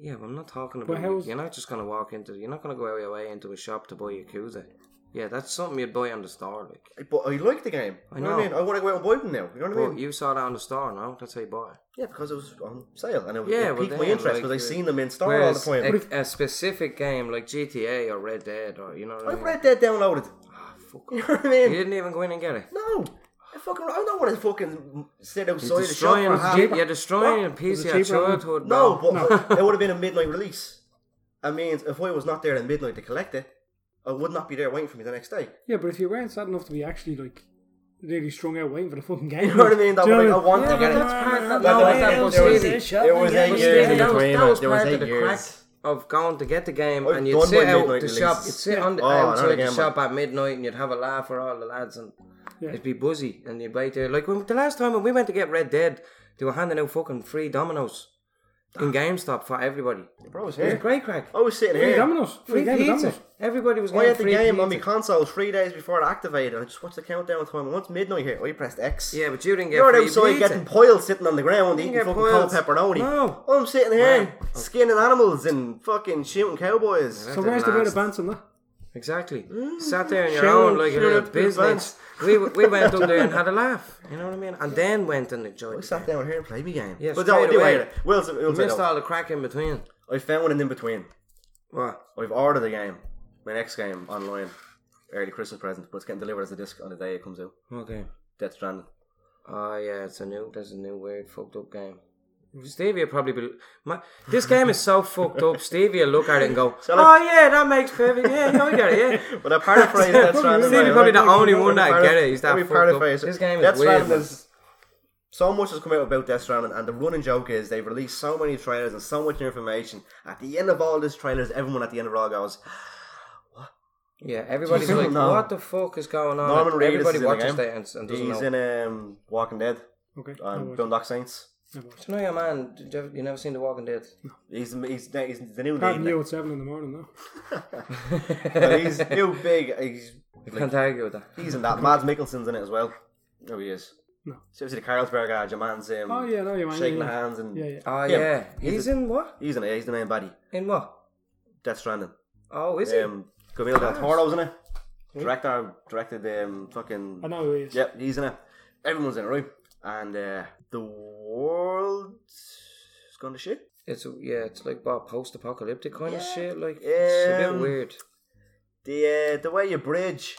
[SPEAKER 1] Yeah, but I'm not talking
[SPEAKER 3] But
[SPEAKER 1] about.
[SPEAKER 3] how's-
[SPEAKER 1] You're not just gonna walk into. You're not gonna go out of your way into a shop to buy Yakuza. Yeah, that's something you'd buy on the store, like.
[SPEAKER 2] But I like the game.
[SPEAKER 1] I
[SPEAKER 2] You know, what I
[SPEAKER 1] know.
[SPEAKER 2] mean? I want to go out and buy them now. You know what I mean?
[SPEAKER 1] But you saw that on the store, no? That's how you bought it.
[SPEAKER 2] Yeah, because it was on sale and it,
[SPEAKER 1] Yeah,
[SPEAKER 2] it
[SPEAKER 1] well
[SPEAKER 2] piqued my
[SPEAKER 1] then,
[SPEAKER 2] interest
[SPEAKER 1] like,
[SPEAKER 2] because I
[SPEAKER 1] uh,
[SPEAKER 2] seen them in store all the
[SPEAKER 1] Whereas
[SPEAKER 2] time.
[SPEAKER 1] a, a specific game like GTA or Red Dead or you know what I
[SPEAKER 2] I've
[SPEAKER 1] mean?
[SPEAKER 2] read that downloaded.
[SPEAKER 1] Ah, fuck
[SPEAKER 2] You know
[SPEAKER 1] off.
[SPEAKER 2] what I
[SPEAKER 1] You
[SPEAKER 2] mean?
[SPEAKER 1] didn't even go in and get it.
[SPEAKER 2] No, I fucking I know what I fucking sit
[SPEAKER 1] You're
[SPEAKER 2] outside the shop
[SPEAKER 1] destroying,
[SPEAKER 2] for half.
[SPEAKER 1] you're destroying a
[SPEAKER 2] What?
[SPEAKER 1] piece
[SPEAKER 3] Was
[SPEAKER 1] of
[SPEAKER 3] it
[SPEAKER 1] your
[SPEAKER 3] cheaper than-
[SPEAKER 1] childhood.
[SPEAKER 2] No,
[SPEAKER 1] bro.
[SPEAKER 2] but it would have been a midnight release. That means if I was not there at midnight to collect it, I would not be there waiting for me the next day.
[SPEAKER 3] Yeah, but if you weren't sad enough to be actually like really strung out waiting for the fucking game,
[SPEAKER 2] You know what I mean? That
[SPEAKER 3] Do you
[SPEAKER 2] would
[SPEAKER 3] know
[SPEAKER 2] I
[SPEAKER 3] what
[SPEAKER 2] want to
[SPEAKER 1] Yeah,
[SPEAKER 2] get
[SPEAKER 1] but that's
[SPEAKER 2] it.
[SPEAKER 1] part of
[SPEAKER 2] Like,
[SPEAKER 1] no,
[SPEAKER 2] like,
[SPEAKER 1] yeah,
[SPEAKER 2] there
[SPEAKER 1] it
[SPEAKER 2] was-
[SPEAKER 1] was
[SPEAKER 2] there was-
[SPEAKER 1] really-
[SPEAKER 2] there was
[SPEAKER 1] yeah,
[SPEAKER 2] eight
[SPEAKER 1] but
[SPEAKER 2] years
[SPEAKER 1] Stevie,
[SPEAKER 2] in
[SPEAKER 1] that was,
[SPEAKER 2] between,
[SPEAKER 1] that
[SPEAKER 2] man.
[SPEAKER 1] was
[SPEAKER 2] There was
[SPEAKER 1] part
[SPEAKER 2] eight
[SPEAKER 1] of the crack
[SPEAKER 2] years.
[SPEAKER 1] of going to get the game
[SPEAKER 2] I've
[SPEAKER 1] and
[SPEAKER 2] done
[SPEAKER 1] you'd
[SPEAKER 2] my
[SPEAKER 1] sit out the
[SPEAKER 2] midnight release.
[SPEAKER 1] shop. You'd sit on the,
[SPEAKER 2] Oh, I know
[SPEAKER 1] outside
[SPEAKER 2] the
[SPEAKER 1] the
[SPEAKER 2] game,
[SPEAKER 1] shop at midnight and you'd have a laugh with all the lads and
[SPEAKER 3] Yeah.
[SPEAKER 1] it'd be buzzy and you'd wait there. Like when, the last time when we went to get Red Dead, they were handing out fucking free dominoes
[SPEAKER 2] Ah.
[SPEAKER 1] in GameStop for everybody.
[SPEAKER 2] Bro, I was
[SPEAKER 1] It was a
[SPEAKER 2] here.
[SPEAKER 1] great crack.
[SPEAKER 2] I was sitting
[SPEAKER 3] Free
[SPEAKER 2] here.
[SPEAKER 3] Domino's.
[SPEAKER 1] Free
[SPEAKER 3] Free game of
[SPEAKER 1] pizza.
[SPEAKER 3] Domino's.
[SPEAKER 1] Everybody was
[SPEAKER 2] I
[SPEAKER 1] going
[SPEAKER 2] had the
[SPEAKER 1] free
[SPEAKER 2] game on my
[SPEAKER 1] pizza.
[SPEAKER 2] console three days before it activated, and I just watched the countdown time. And once midnight hit, I pressed X.
[SPEAKER 1] Yeah, but you didn't get
[SPEAKER 2] You're
[SPEAKER 1] free
[SPEAKER 2] outside
[SPEAKER 1] pizza.
[SPEAKER 2] getting piles sitting on the ground eating
[SPEAKER 1] get
[SPEAKER 2] fucking
[SPEAKER 1] piles.
[SPEAKER 2] cold pepperoni.
[SPEAKER 1] No.
[SPEAKER 2] I'm sitting here
[SPEAKER 1] Man.
[SPEAKER 2] skinning animals and fucking shooting cowboys.
[SPEAKER 1] Yeah,
[SPEAKER 3] So where's the
[SPEAKER 1] Didn't
[SPEAKER 3] bit
[SPEAKER 1] last.
[SPEAKER 3] of pants on that?
[SPEAKER 1] Exactly.
[SPEAKER 2] Mm.
[SPEAKER 1] Sat there on your
[SPEAKER 2] Shout
[SPEAKER 1] own
[SPEAKER 2] out-
[SPEAKER 1] like a
[SPEAKER 2] shout
[SPEAKER 1] little
[SPEAKER 2] out to the
[SPEAKER 1] business. We, we went up there and had a laugh. You know what I mean? And then went and enjoyed
[SPEAKER 2] I
[SPEAKER 1] it.
[SPEAKER 2] sat down here and played my game.
[SPEAKER 1] Yeah,
[SPEAKER 2] but don't
[SPEAKER 1] straight
[SPEAKER 2] do
[SPEAKER 1] away.
[SPEAKER 2] it. Wilson, Wilson,
[SPEAKER 1] Missed
[SPEAKER 2] no.
[SPEAKER 1] all the crack in between.
[SPEAKER 2] I found one in between.
[SPEAKER 1] What?
[SPEAKER 2] I've ordered a game, my next game online, early Christmas present, but it's getting delivered as a disc on the day it comes out.
[SPEAKER 1] Okay.
[SPEAKER 2] Death Stranding.
[SPEAKER 1] Oh yeah, it's a new. There's a new weird fucked up game. Stevie will probably be. My, this game is so fucked up. Stevie will look at it and go,
[SPEAKER 2] Shall
[SPEAKER 1] "Oh
[SPEAKER 2] I-
[SPEAKER 1] yeah, that makes perfect. Yeah, yeah, I get it. Yeah."
[SPEAKER 2] But I paraphrase Death Stranding.
[SPEAKER 1] Stevie's
[SPEAKER 2] right?
[SPEAKER 1] probably the
[SPEAKER 2] Let me-
[SPEAKER 1] only
[SPEAKER 2] let me
[SPEAKER 1] one that
[SPEAKER 2] paraphrase-
[SPEAKER 1] get it. He's that
[SPEAKER 2] let me
[SPEAKER 1] fucked up.
[SPEAKER 2] paraphrase it.
[SPEAKER 1] This game is
[SPEAKER 2] Death
[SPEAKER 1] weird,
[SPEAKER 2] Stranding
[SPEAKER 1] man.
[SPEAKER 2] is- So much has come out about Death Stranding, and the running joke is they've released so many trailers and so much information. At the end of all these trailers, everyone at the end of it all goes,
[SPEAKER 1] Yeah, everybody's like,
[SPEAKER 2] No.
[SPEAKER 1] "What the fuck is going on?"
[SPEAKER 2] Norman Reedus
[SPEAKER 1] Everybody
[SPEAKER 2] is in the
[SPEAKER 1] watches
[SPEAKER 2] game.
[SPEAKER 1] that and, and doesn't
[SPEAKER 2] He's
[SPEAKER 1] know.
[SPEAKER 2] in um, Walking Dead.
[SPEAKER 3] Okay. I
[SPEAKER 2] Um,
[SPEAKER 3] watched-
[SPEAKER 2] Dundalk Saints.
[SPEAKER 3] I watched.
[SPEAKER 1] So no, yeah, man, did you, ever, you never seen The Walking Dead?
[SPEAKER 2] He's the, he's, the- he's the new
[SPEAKER 3] Apart
[SPEAKER 2] lead.
[SPEAKER 3] from you at seven in the morning though.
[SPEAKER 2] Hmm. But he's new big. He's,
[SPEAKER 1] You can't argue with that.
[SPEAKER 2] he's in that. Mads Mikkelsen's in it as well. No, he is.
[SPEAKER 3] No.
[SPEAKER 2] Seriously, the Carlsberg guy, your man's um,
[SPEAKER 3] Oh yeah, no, you mind.
[SPEAKER 2] shaking
[SPEAKER 3] yeah,
[SPEAKER 2] hands and
[SPEAKER 3] yeah. yeah, yeah.
[SPEAKER 1] Oh
[SPEAKER 2] Him.
[SPEAKER 1] yeah,
[SPEAKER 2] He's
[SPEAKER 1] he's
[SPEAKER 2] a-
[SPEAKER 1] in what?
[SPEAKER 2] he's in it. He's the main baddie.
[SPEAKER 1] In what?
[SPEAKER 2] Death Stranding.
[SPEAKER 1] Oh, is he?
[SPEAKER 2] Um, Camille Del Toro's in it. Director directed um fucking.
[SPEAKER 3] I know who he is.
[SPEAKER 2] Yep, he's in it. Everyone's in it, right? And uh, the world is going to shit.
[SPEAKER 1] It's yeah, it's like about post-apocalyptic kind of
[SPEAKER 2] Yeah.
[SPEAKER 1] shit. Like it's a bit
[SPEAKER 2] Um,
[SPEAKER 1] weird.
[SPEAKER 2] the uh, the way you bridge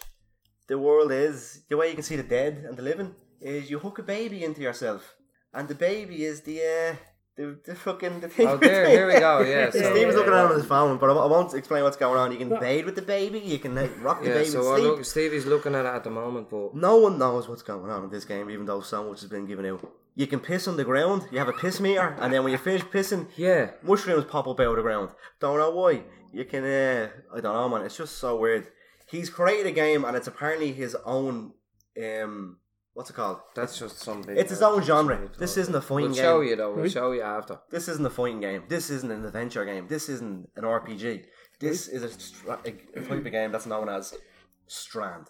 [SPEAKER 2] the world is the way you can see the dead and the living is you hook a baby into yourself, and the baby is the uh, the, the fucking the thing.
[SPEAKER 1] Oh, there- here we go, yeah, so,
[SPEAKER 2] Steve is looking
[SPEAKER 1] yeah.
[SPEAKER 2] around on his phone, but I, won't- I won't explain what's going on. You can bathe with the baby, you can like, rock the
[SPEAKER 1] Yeah,
[SPEAKER 2] baby. to
[SPEAKER 1] so I
[SPEAKER 2] sleep.
[SPEAKER 1] look, Stevie's looking at it at the moment, but
[SPEAKER 2] No one knows what's going on in this game, even though so much has been given out. You can piss on the ground. You have a piss meter, and then when you finish pissing,
[SPEAKER 1] yeah,
[SPEAKER 2] mushrooms pop up out of the ground. Don't know why. You can, uh, I don't know, man. It's just so weird. He's created a game, and it's apparently his own. Um, what's it called?
[SPEAKER 1] that's just something.
[SPEAKER 2] It's his own genre. This isn't a fighting
[SPEAKER 1] We'll
[SPEAKER 2] game.
[SPEAKER 1] show you though. We'll
[SPEAKER 3] Right.
[SPEAKER 1] show you after.
[SPEAKER 2] This isn't a fighting game. This isn't an adventure game. This isn't an RPG. This is a, stra- a type of game that's known as Strand.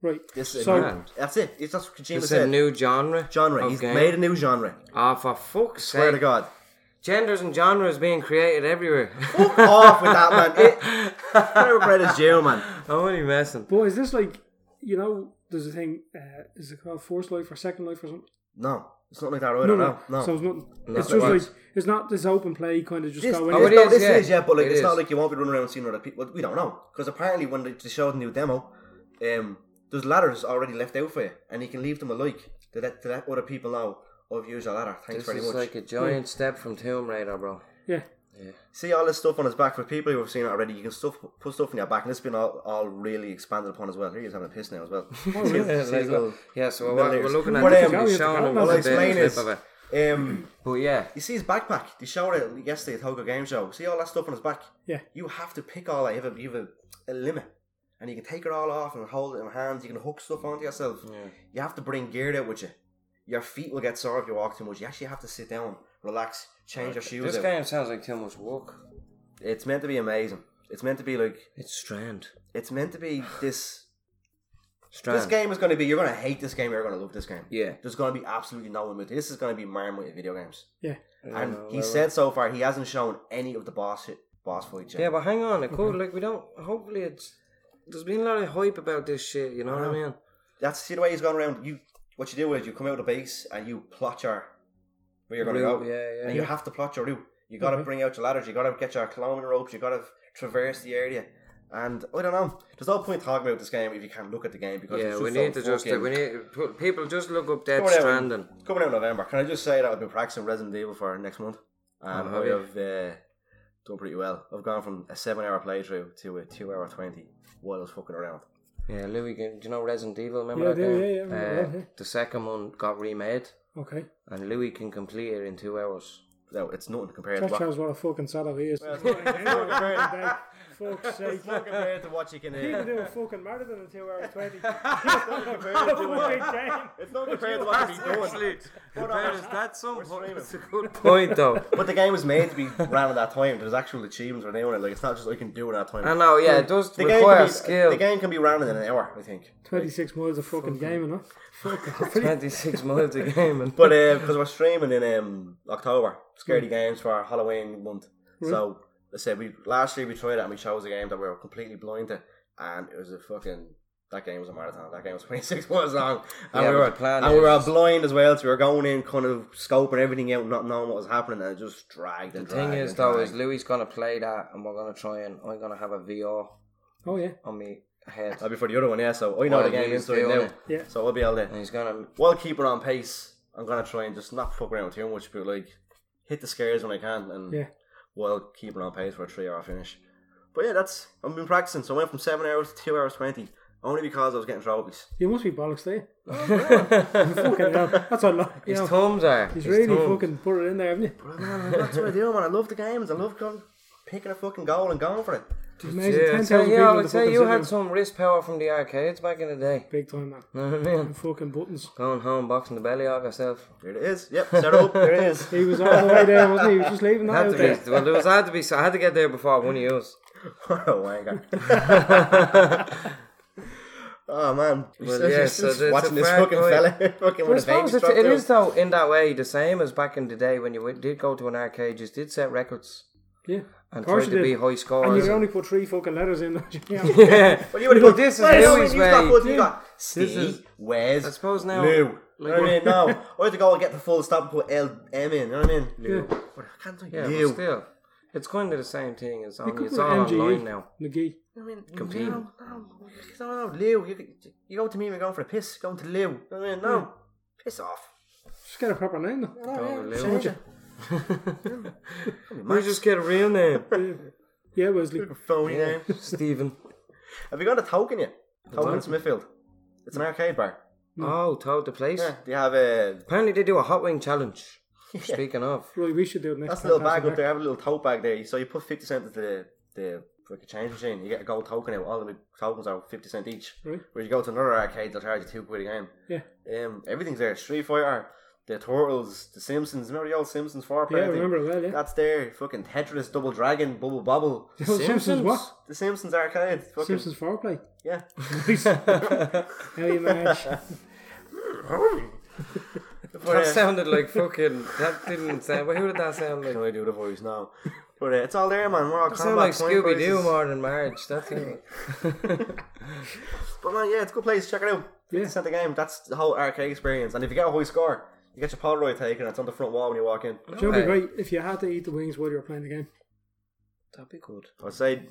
[SPEAKER 3] Right.
[SPEAKER 2] This is
[SPEAKER 3] So-
[SPEAKER 2] Strand. That's it. It's that's what Kojima
[SPEAKER 1] It's a
[SPEAKER 2] said.
[SPEAKER 1] new genre.
[SPEAKER 2] genre.
[SPEAKER 1] of
[SPEAKER 2] He's
[SPEAKER 1] game.
[SPEAKER 2] made a new genre.
[SPEAKER 1] Ah, for fuck's
[SPEAKER 2] Swear to
[SPEAKER 1] sake!
[SPEAKER 2] God.
[SPEAKER 1] Genders and genres being created everywhere.
[SPEAKER 2] Off with that, man. It, Whatever bread is due, man.
[SPEAKER 1] I'm only messing.
[SPEAKER 3] But is this like you know? There's a thing. Uh, is it called Force Life or Second Life or something?
[SPEAKER 2] No, it's not like that. Right? No, no, no.
[SPEAKER 3] So it's not. it's
[SPEAKER 1] it
[SPEAKER 3] just
[SPEAKER 1] was.
[SPEAKER 3] like it's not this open play kind of just
[SPEAKER 2] This,
[SPEAKER 3] going.
[SPEAKER 1] Oh, it
[SPEAKER 3] in.
[SPEAKER 2] no,
[SPEAKER 1] is,
[SPEAKER 2] this
[SPEAKER 1] yeah.
[SPEAKER 2] is yeah, but like
[SPEAKER 1] It
[SPEAKER 2] it's
[SPEAKER 1] is.
[SPEAKER 2] not like you won't be running around seeing other people. We don't know because apparently when they, they showed the new demo, um, there's ladders already left out for you, and you can leave them a like to let to let other people know. Oh, I've used a ladder. Thanks
[SPEAKER 1] This
[SPEAKER 2] very
[SPEAKER 1] is
[SPEAKER 2] much.
[SPEAKER 1] like a giant step from Tomb Raider, bro.
[SPEAKER 3] Yeah.
[SPEAKER 2] See all this stuff on his back for people who have seen it already. You can stuff put stuff on your back, and it's been all, all really expanded upon as well. Here he's having a piss now as well. See his- see his
[SPEAKER 1] Like,
[SPEAKER 2] little-
[SPEAKER 1] Oh, yeah, so
[SPEAKER 2] Well,
[SPEAKER 1] we're, we're
[SPEAKER 2] there's-
[SPEAKER 1] looking at
[SPEAKER 2] Well,
[SPEAKER 1] this
[SPEAKER 2] um,
[SPEAKER 1] and he's
[SPEAKER 3] I'll
[SPEAKER 1] showing him
[SPEAKER 3] explain
[SPEAKER 1] a bit
[SPEAKER 2] is-
[SPEAKER 1] of it.
[SPEAKER 2] Um,
[SPEAKER 1] But yeah,
[SPEAKER 2] you see his backpack. They showed it yesterday at Togo Game Show. See all that stuff on his back.
[SPEAKER 3] Yeah.
[SPEAKER 2] You have to pick all that. You have a, you have a, a limit, and you can take it all off and hold it in hands. You can hook stuff onto yourself.
[SPEAKER 1] Yeah.
[SPEAKER 2] You have to bring gear out with you. Your feet will get sore if you walk too much. You actually have to sit down, relax, change your shoes.
[SPEAKER 1] this
[SPEAKER 2] out.
[SPEAKER 1] game sounds like too much work.
[SPEAKER 2] It's meant to be amazing. It's meant to be like.
[SPEAKER 1] It's Strand.
[SPEAKER 2] It's meant to be this.
[SPEAKER 1] Strand.
[SPEAKER 2] This game is going to be. You're going to hate this game. or You're going to love this game.
[SPEAKER 1] Yeah.
[SPEAKER 2] There's going to be absolutely no one with This is going to be man with video games.
[SPEAKER 3] Yeah.
[SPEAKER 2] And
[SPEAKER 1] know,
[SPEAKER 2] he
[SPEAKER 1] well,
[SPEAKER 2] said so far he hasn't shown any of the boss shit, boss fight yet.
[SPEAKER 1] Yeah, but hang on, it could like we don't. Hopefully, it's there's been a lot of hype about this shit. You know what I mean?
[SPEAKER 2] That's see the way he's going around. You what you do is you come out of the base and you plot your where you're going to
[SPEAKER 1] Route,
[SPEAKER 2] go.
[SPEAKER 1] yeah, yeah.
[SPEAKER 2] And you have to plot your route. You got to bring out your ladders. You got to get your climbing ropes. You got to traverse the area. And I don't know. There's no point talking about this game if you can't look at the game because
[SPEAKER 1] Yeah,
[SPEAKER 2] it's
[SPEAKER 1] we
[SPEAKER 2] just so
[SPEAKER 1] need to just
[SPEAKER 2] fucking-
[SPEAKER 1] we need put- people just look up Dead
[SPEAKER 2] Coming out in-
[SPEAKER 1] Stranding.
[SPEAKER 2] coming out in November. Can I just say that I've been practicing Resident Evil for next month, and
[SPEAKER 1] Oh, have
[SPEAKER 2] I
[SPEAKER 1] you?
[SPEAKER 2] have uh, done pretty well. I've gone from a seven-hour playthrough to a two-hour twenty while I was fucking around.
[SPEAKER 1] Yeah, Louis, do you know Resident Evil? Remember
[SPEAKER 3] Yeah,
[SPEAKER 1] that
[SPEAKER 3] I do,
[SPEAKER 1] game?
[SPEAKER 3] yeah, yeah, I remember
[SPEAKER 1] Uh,
[SPEAKER 3] that, yeah.
[SPEAKER 1] The second one got remade,
[SPEAKER 3] Okay.
[SPEAKER 1] and Louis can complete it in two hours.
[SPEAKER 2] No, it's nothing compared
[SPEAKER 3] That
[SPEAKER 2] to what.
[SPEAKER 3] shows what a fucking salary is. Fuck's sake.
[SPEAKER 2] compared to what you can.
[SPEAKER 3] You can do a fucking marathon in 2 hours 20.
[SPEAKER 2] It's not compared to what
[SPEAKER 1] that's some point. It's a good point though.
[SPEAKER 2] But the game was made to be ran at that time. There's actual achievements when they own it. Like it's not just I can do it at that time.
[SPEAKER 1] I know. Yeah, it does
[SPEAKER 2] the game,
[SPEAKER 1] require
[SPEAKER 2] can be,
[SPEAKER 1] skill.
[SPEAKER 2] the game can be ran in an hour, I think.
[SPEAKER 3] 26 miles of fucking game, enough.
[SPEAKER 1] Twenty-six miles a game, and
[SPEAKER 2] But because we're streaming in um, October,
[SPEAKER 1] Hmm.
[SPEAKER 2] Scaredy Games for our Halloween month. So I said we last year we tried it and we chose a game that we were completely blind to, and it was a fucking that game was a marathon. That game was twenty six miles long, and
[SPEAKER 1] Yeah,
[SPEAKER 2] we
[SPEAKER 1] but
[SPEAKER 2] were
[SPEAKER 1] the plan
[SPEAKER 2] and we were all
[SPEAKER 1] is-
[SPEAKER 2] blind as well. So we were going in, kind of scoping everything out, not knowing what was happening, and it just dragged. And
[SPEAKER 1] the thing
[SPEAKER 2] dragged
[SPEAKER 1] is
[SPEAKER 2] and
[SPEAKER 1] though,
[SPEAKER 2] dragged.
[SPEAKER 1] is Louis gonna play that, and we're gonna try and I'm gonna have a VR
[SPEAKER 3] Oh, yeah.
[SPEAKER 1] on me head,
[SPEAKER 2] That'd be for uh, the other one, yeah. So I know
[SPEAKER 1] Well,
[SPEAKER 2] the game
[SPEAKER 1] he's
[SPEAKER 2] inside
[SPEAKER 1] doing
[SPEAKER 2] now,
[SPEAKER 1] it.
[SPEAKER 3] Yeah.
[SPEAKER 2] so I'll be able to
[SPEAKER 1] and he's gonna
[SPEAKER 2] while keeping on pace, I'm gonna try and just not fuck around too much, but like hit the scares when I can, and
[SPEAKER 3] Yeah.
[SPEAKER 2] while keeping on pace for a three hour finish. But yeah, that's I've been practicing. So I went from seven hours to two hours twenty, only because I was getting trophies.
[SPEAKER 3] You must be bollocks there. fucking hell. That's a lot. You
[SPEAKER 1] His
[SPEAKER 3] know,
[SPEAKER 1] thumbs are.
[SPEAKER 3] he's
[SPEAKER 1] his
[SPEAKER 3] really
[SPEAKER 1] thumbs.
[SPEAKER 3] fucking put it in there, haven't you?
[SPEAKER 2] But man, that's what I do, man. I love the games. I love going, picking a fucking goal and going for it.
[SPEAKER 3] Amazing.
[SPEAKER 1] Yeah, I'd
[SPEAKER 3] 10,000
[SPEAKER 1] say,
[SPEAKER 3] people
[SPEAKER 1] yeah, I
[SPEAKER 3] in
[SPEAKER 1] would
[SPEAKER 3] the
[SPEAKER 1] say
[SPEAKER 3] fucking
[SPEAKER 1] you
[SPEAKER 3] sitting
[SPEAKER 1] had
[SPEAKER 3] room.
[SPEAKER 1] some wrist power from the arcades back in the day.
[SPEAKER 3] Big time, man.
[SPEAKER 1] You know what I mean?
[SPEAKER 3] Fucking buttons.
[SPEAKER 1] Going home, boxing the belly off yourself.
[SPEAKER 2] Here it is. Yep, set it up. There it is.
[SPEAKER 3] He was on the way there, wasn't he? He was just leaving that
[SPEAKER 1] Had
[SPEAKER 3] out
[SPEAKER 1] to
[SPEAKER 3] there.
[SPEAKER 1] be, well, there was had to be. So I had to get there before one of yours.
[SPEAKER 2] What a wanker. oh man.
[SPEAKER 1] Well,
[SPEAKER 2] Just-
[SPEAKER 1] yeah,
[SPEAKER 2] just
[SPEAKER 1] so it's
[SPEAKER 2] watching
[SPEAKER 1] a
[SPEAKER 2] this
[SPEAKER 1] fair
[SPEAKER 2] fucking
[SPEAKER 1] point.
[SPEAKER 2] fella fucking
[SPEAKER 1] But
[SPEAKER 2] with
[SPEAKER 1] I
[SPEAKER 2] a baby
[SPEAKER 1] suppose it's,
[SPEAKER 2] strapped
[SPEAKER 1] it
[SPEAKER 2] to him.
[SPEAKER 1] is though in that way the same as back in the day when you w- did go to an arcade. You did set records
[SPEAKER 3] Yeah.
[SPEAKER 1] and
[SPEAKER 3] Of course
[SPEAKER 1] tried
[SPEAKER 3] you
[SPEAKER 1] to be
[SPEAKER 3] did.
[SPEAKER 1] high
[SPEAKER 3] And you
[SPEAKER 1] scorers.
[SPEAKER 3] can only put three fucking letters in. yeah.
[SPEAKER 1] yeah.
[SPEAKER 2] Well, you would have
[SPEAKER 1] But this is
[SPEAKER 2] well,
[SPEAKER 1] Louis'
[SPEAKER 2] you got
[SPEAKER 1] way.
[SPEAKER 2] good, you got
[SPEAKER 1] This
[SPEAKER 2] Steve,
[SPEAKER 1] is-
[SPEAKER 2] Wes,
[SPEAKER 1] I suppose now-
[SPEAKER 2] Lou. you
[SPEAKER 1] Like,
[SPEAKER 2] know what I
[SPEAKER 1] what-
[SPEAKER 2] mean? No, I had to go and get the full stop and put L M in. You know what I mean? Lou.
[SPEAKER 3] Yeah.
[SPEAKER 2] But I can't do
[SPEAKER 1] Yeah,
[SPEAKER 2] Lou.
[SPEAKER 1] but still, it's kind of the same thing. It's
[SPEAKER 3] You
[SPEAKER 1] only
[SPEAKER 3] could
[SPEAKER 1] it's
[SPEAKER 3] put E.
[SPEAKER 1] all
[SPEAKER 3] MGE,
[SPEAKER 1] online now.
[SPEAKER 3] McGee.
[SPEAKER 2] You know what I mean?
[SPEAKER 1] Competing.
[SPEAKER 2] No, no, no, no, Lou. You, you go to me and we're going for a piss. Going to Lou. You know what I mean? No, piss off.
[SPEAKER 3] Just get a proper name, though.
[SPEAKER 1] Go with Lou.
[SPEAKER 2] Change it.
[SPEAKER 1] We just get a real name,
[SPEAKER 3] Yeah, Wesley.
[SPEAKER 2] Phony name.
[SPEAKER 1] Stephen.
[SPEAKER 2] Have you got a token yet? Token in Smithfield. It's an arcade bar.
[SPEAKER 1] Oh, told the place.
[SPEAKER 2] Mm. Yeah. Do you have a?
[SPEAKER 1] Apparently, they do a hot wing challenge. Speaking of,
[SPEAKER 3] Right, we should do it next
[SPEAKER 2] That's a little
[SPEAKER 3] podcast,
[SPEAKER 2] bag
[SPEAKER 3] Mark.
[SPEAKER 2] up there. Have a little tote bag there. So you put fifty cent into the the fucking change machine. You get a gold token out. All the tokens are fifty cent each.
[SPEAKER 3] Right.
[SPEAKER 2] Where you go to another arcade, they'll charge you two quid a
[SPEAKER 3] Yeah.
[SPEAKER 2] game. Um, everything's there. Street Fighter, the Turtles, the Simpsons. Remember the old Simpsons four
[SPEAKER 3] Yeah, I remember it well, yeah.
[SPEAKER 2] That's there. Fucking Tetris, Double Dragon, Bubble Bobble.
[SPEAKER 3] Oh, Simpsons what?
[SPEAKER 2] The Simpsons arcade. Fucking
[SPEAKER 3] Simpsons foreplay.
[SPEAKER 2] yeah.
[SPEAKER 3] How you match?
[SPEAKER 1] that
[SPEAKER 2] uh,
[SPEAKER 1] sounded like fucking. That didn't sound. Who did that sound like?
[SPEAKER 2] Can I do the voice now? But uh, it's all there, man. We're all
[SPEAKER 1] Sound
[SPEAKER 2] combat
[SPEAKER 1] like
[SPEAKER 2] point
[SPEAKER 1] Scooby
[SPEAKER 2] prices.
[SPEAKER 1] Doo more than Marge. That's it.
[SPEAKER 2] But man, yeah, it's a good place. Check it out.
[SPEAKER 3] Yeah.
[SPEAKER 2] Fifty cent a game. That's the whole arcade experience. And if you get a high score, you get your Polaroid taken. It's on the front wall when you walk in.
[SPEAKER 3] It would be
[SPEAKER 1] Hey.
[SPEAKER 3] great if you had to eat the wings while you were playing the game.
[SPEAKER 1] That'd be good.
[SPEAKER 2] I'd say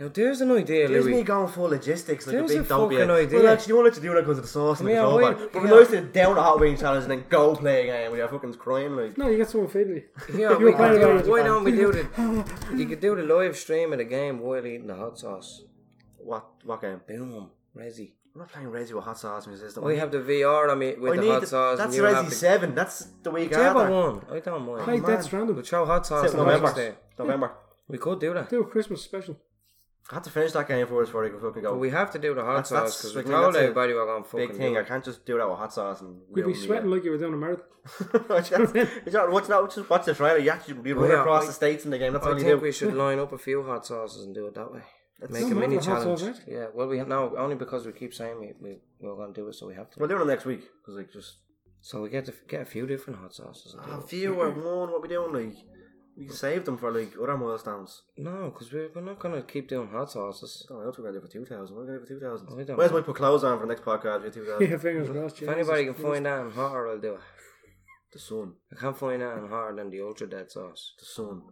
[SPEAKER 1] Now there's an idea,
[SPEAKER 2] there's me
[SPEAKER 1] Louis.
[SPEAKER 2] going full logistics like
[SPEAKER 1] There's
[SPEAKER 2] a
[SPEAKER 1] a
[SPEAKER 2] big don't be a-
[SPEAKER 1] fucking idea.
[SPEAKER 2] Well, actually, you want to do when it comes to the sauce and the
[SPEAKER 1] Yeah,
[SPEAKER 2] control
[SPEAKER 1] why-
[SPEAKER 2] bar. But we're
[SPEAKER 1] yeah.
[SPEAKER 2] nice to down the hot wing challenge and then go play a game. We are fucking crying like.
[SPEAKER 3] No, you get someone feeding you.
[SPEAKER 1] Yeah,
[SPEAKER 3] You were
[SPEAKER 1] we could
[SPEAKER 3] playing
[SPEAKER 1] do,
[SPEAKER 3] it.
[SPEAKER 1] why don't we do the? You could do the live stream of the game while eating the hot sauce.
[SPEAKER 2] What what game?
[SPEAKER 1] Boom, Resi.
[SPEAKER 2] I'm not playing Resi with hot sauce in my system.
[SPEAKER 1] I have the VR on me with
[SPEAKER 2] I
[SPEAKER 1] the
[SPEAKER 2] need
[SPEAKER 1] hot
[SPEAKER 2] the-
[SPEAKER 1] sauce.
[SPEAKER 2] That's
[SPEAKER 1] and you have
[SPEAKER 2] Resi
[SPEAKER 1] the,
[SPEAKER 2] Seven. That's the week
[SPEAKER 1] Whichever
[SPEAKER 2] after.
[SPEAKER 1] one. Oh, I don't mind.
[SPEAKER 3] Play
[SPEAKER 2] man.
[SPEAKER 3] Dead Stranded.
[SPEAKER 1] We'll show hot sauce
[SPEAKER 2] It's
[SPEAKER 1] on Wednesday.
[SPEAKER 2] November. November.
[SPEAKER 1] We could do that.
[SPEAKER 3] Do a Christmas special.
[SPEAKER 2] I have to finish that game first before I can fucking
[SPEAKER 1] But
[SPEAKER 2] go.
[SPEAKER 1] we have to do the hot
[SPEAKER 2] That's-
[SPEAKER 1] sauce
[SPEAKER 2] that's-
[SPEAKER 1] because
[SPEAKER 2] I
[SPEAKER 1] we
[SPEAKER 2] mean,
[SPEAKER 1] told
[SPEAKER 2] that's a
[SPEAKER 1] everybody we're going fucking
[SPEAKER 2] Big thing.
[SPEAKER 1] do
[SPEAKER 2] I
[SPEAKER 1] it.
[SPEAKER 2] can't just do that with hot sauce and.
[SPEAKER 3] You'd be sweating like you were doing a marathon.
[SPEAKER 2] you know, watch now. Just watch the trailer. You actually you run
[SPEAKER 1] yeah,
[SPEAKER 2] across
[SPEAKER 1] I-
[SPEAKER 2] the states in the game. That's all
[SPEAKER 1] I
[SPEAKER 2] you
[SPEAKER 1] think
[SPEAKER 2] do.
[SPEAKER 1] we should line up a few hot sauces and do it that way. Make a
[SPEAKER 3] No,
[SPEAKER 1] mini
[SPEAKER 3] the hot sauce,
[SPEAKER 1] challenge.
[SPEAKER 3] right?
[SPEAKER 1] Yeah, well, we no only because we keep saying we, we we're going to do it, so we have to.
[SPEAKER 2] We'll do it next week because like just
[SPEAKER 1] So we get to get a few different hot sauces. And do
[SPEAKER 2] a
[SPEAKER 1] it.
[SPEAKER 2] few or one. What we doing? Like we can save them for like other milestones.
[SPEAKER 1] No, because we're, we're not going to keep doing hot sauces.
[SPEAKER 2] I don't know what we're gonna do for two thousand. We're gonna do for two thousand.
[SPEAKER 1] I don't
[SPEAKER 2] Where's
[SPEAKER 1] know.
[SPEAKER 2] my put clothes on for the next podcast? With two thousand.
[SPEAKER 3] Yeah, fingers crossed.
[SPEAKER 1] If anybody can find out and hotter, I'll do it.
[SPEAKER 2] the sun.
[SPEAKER 1] I can't find out and hotter than the ultra dead sauce.
[SPEAKER 2] The sun.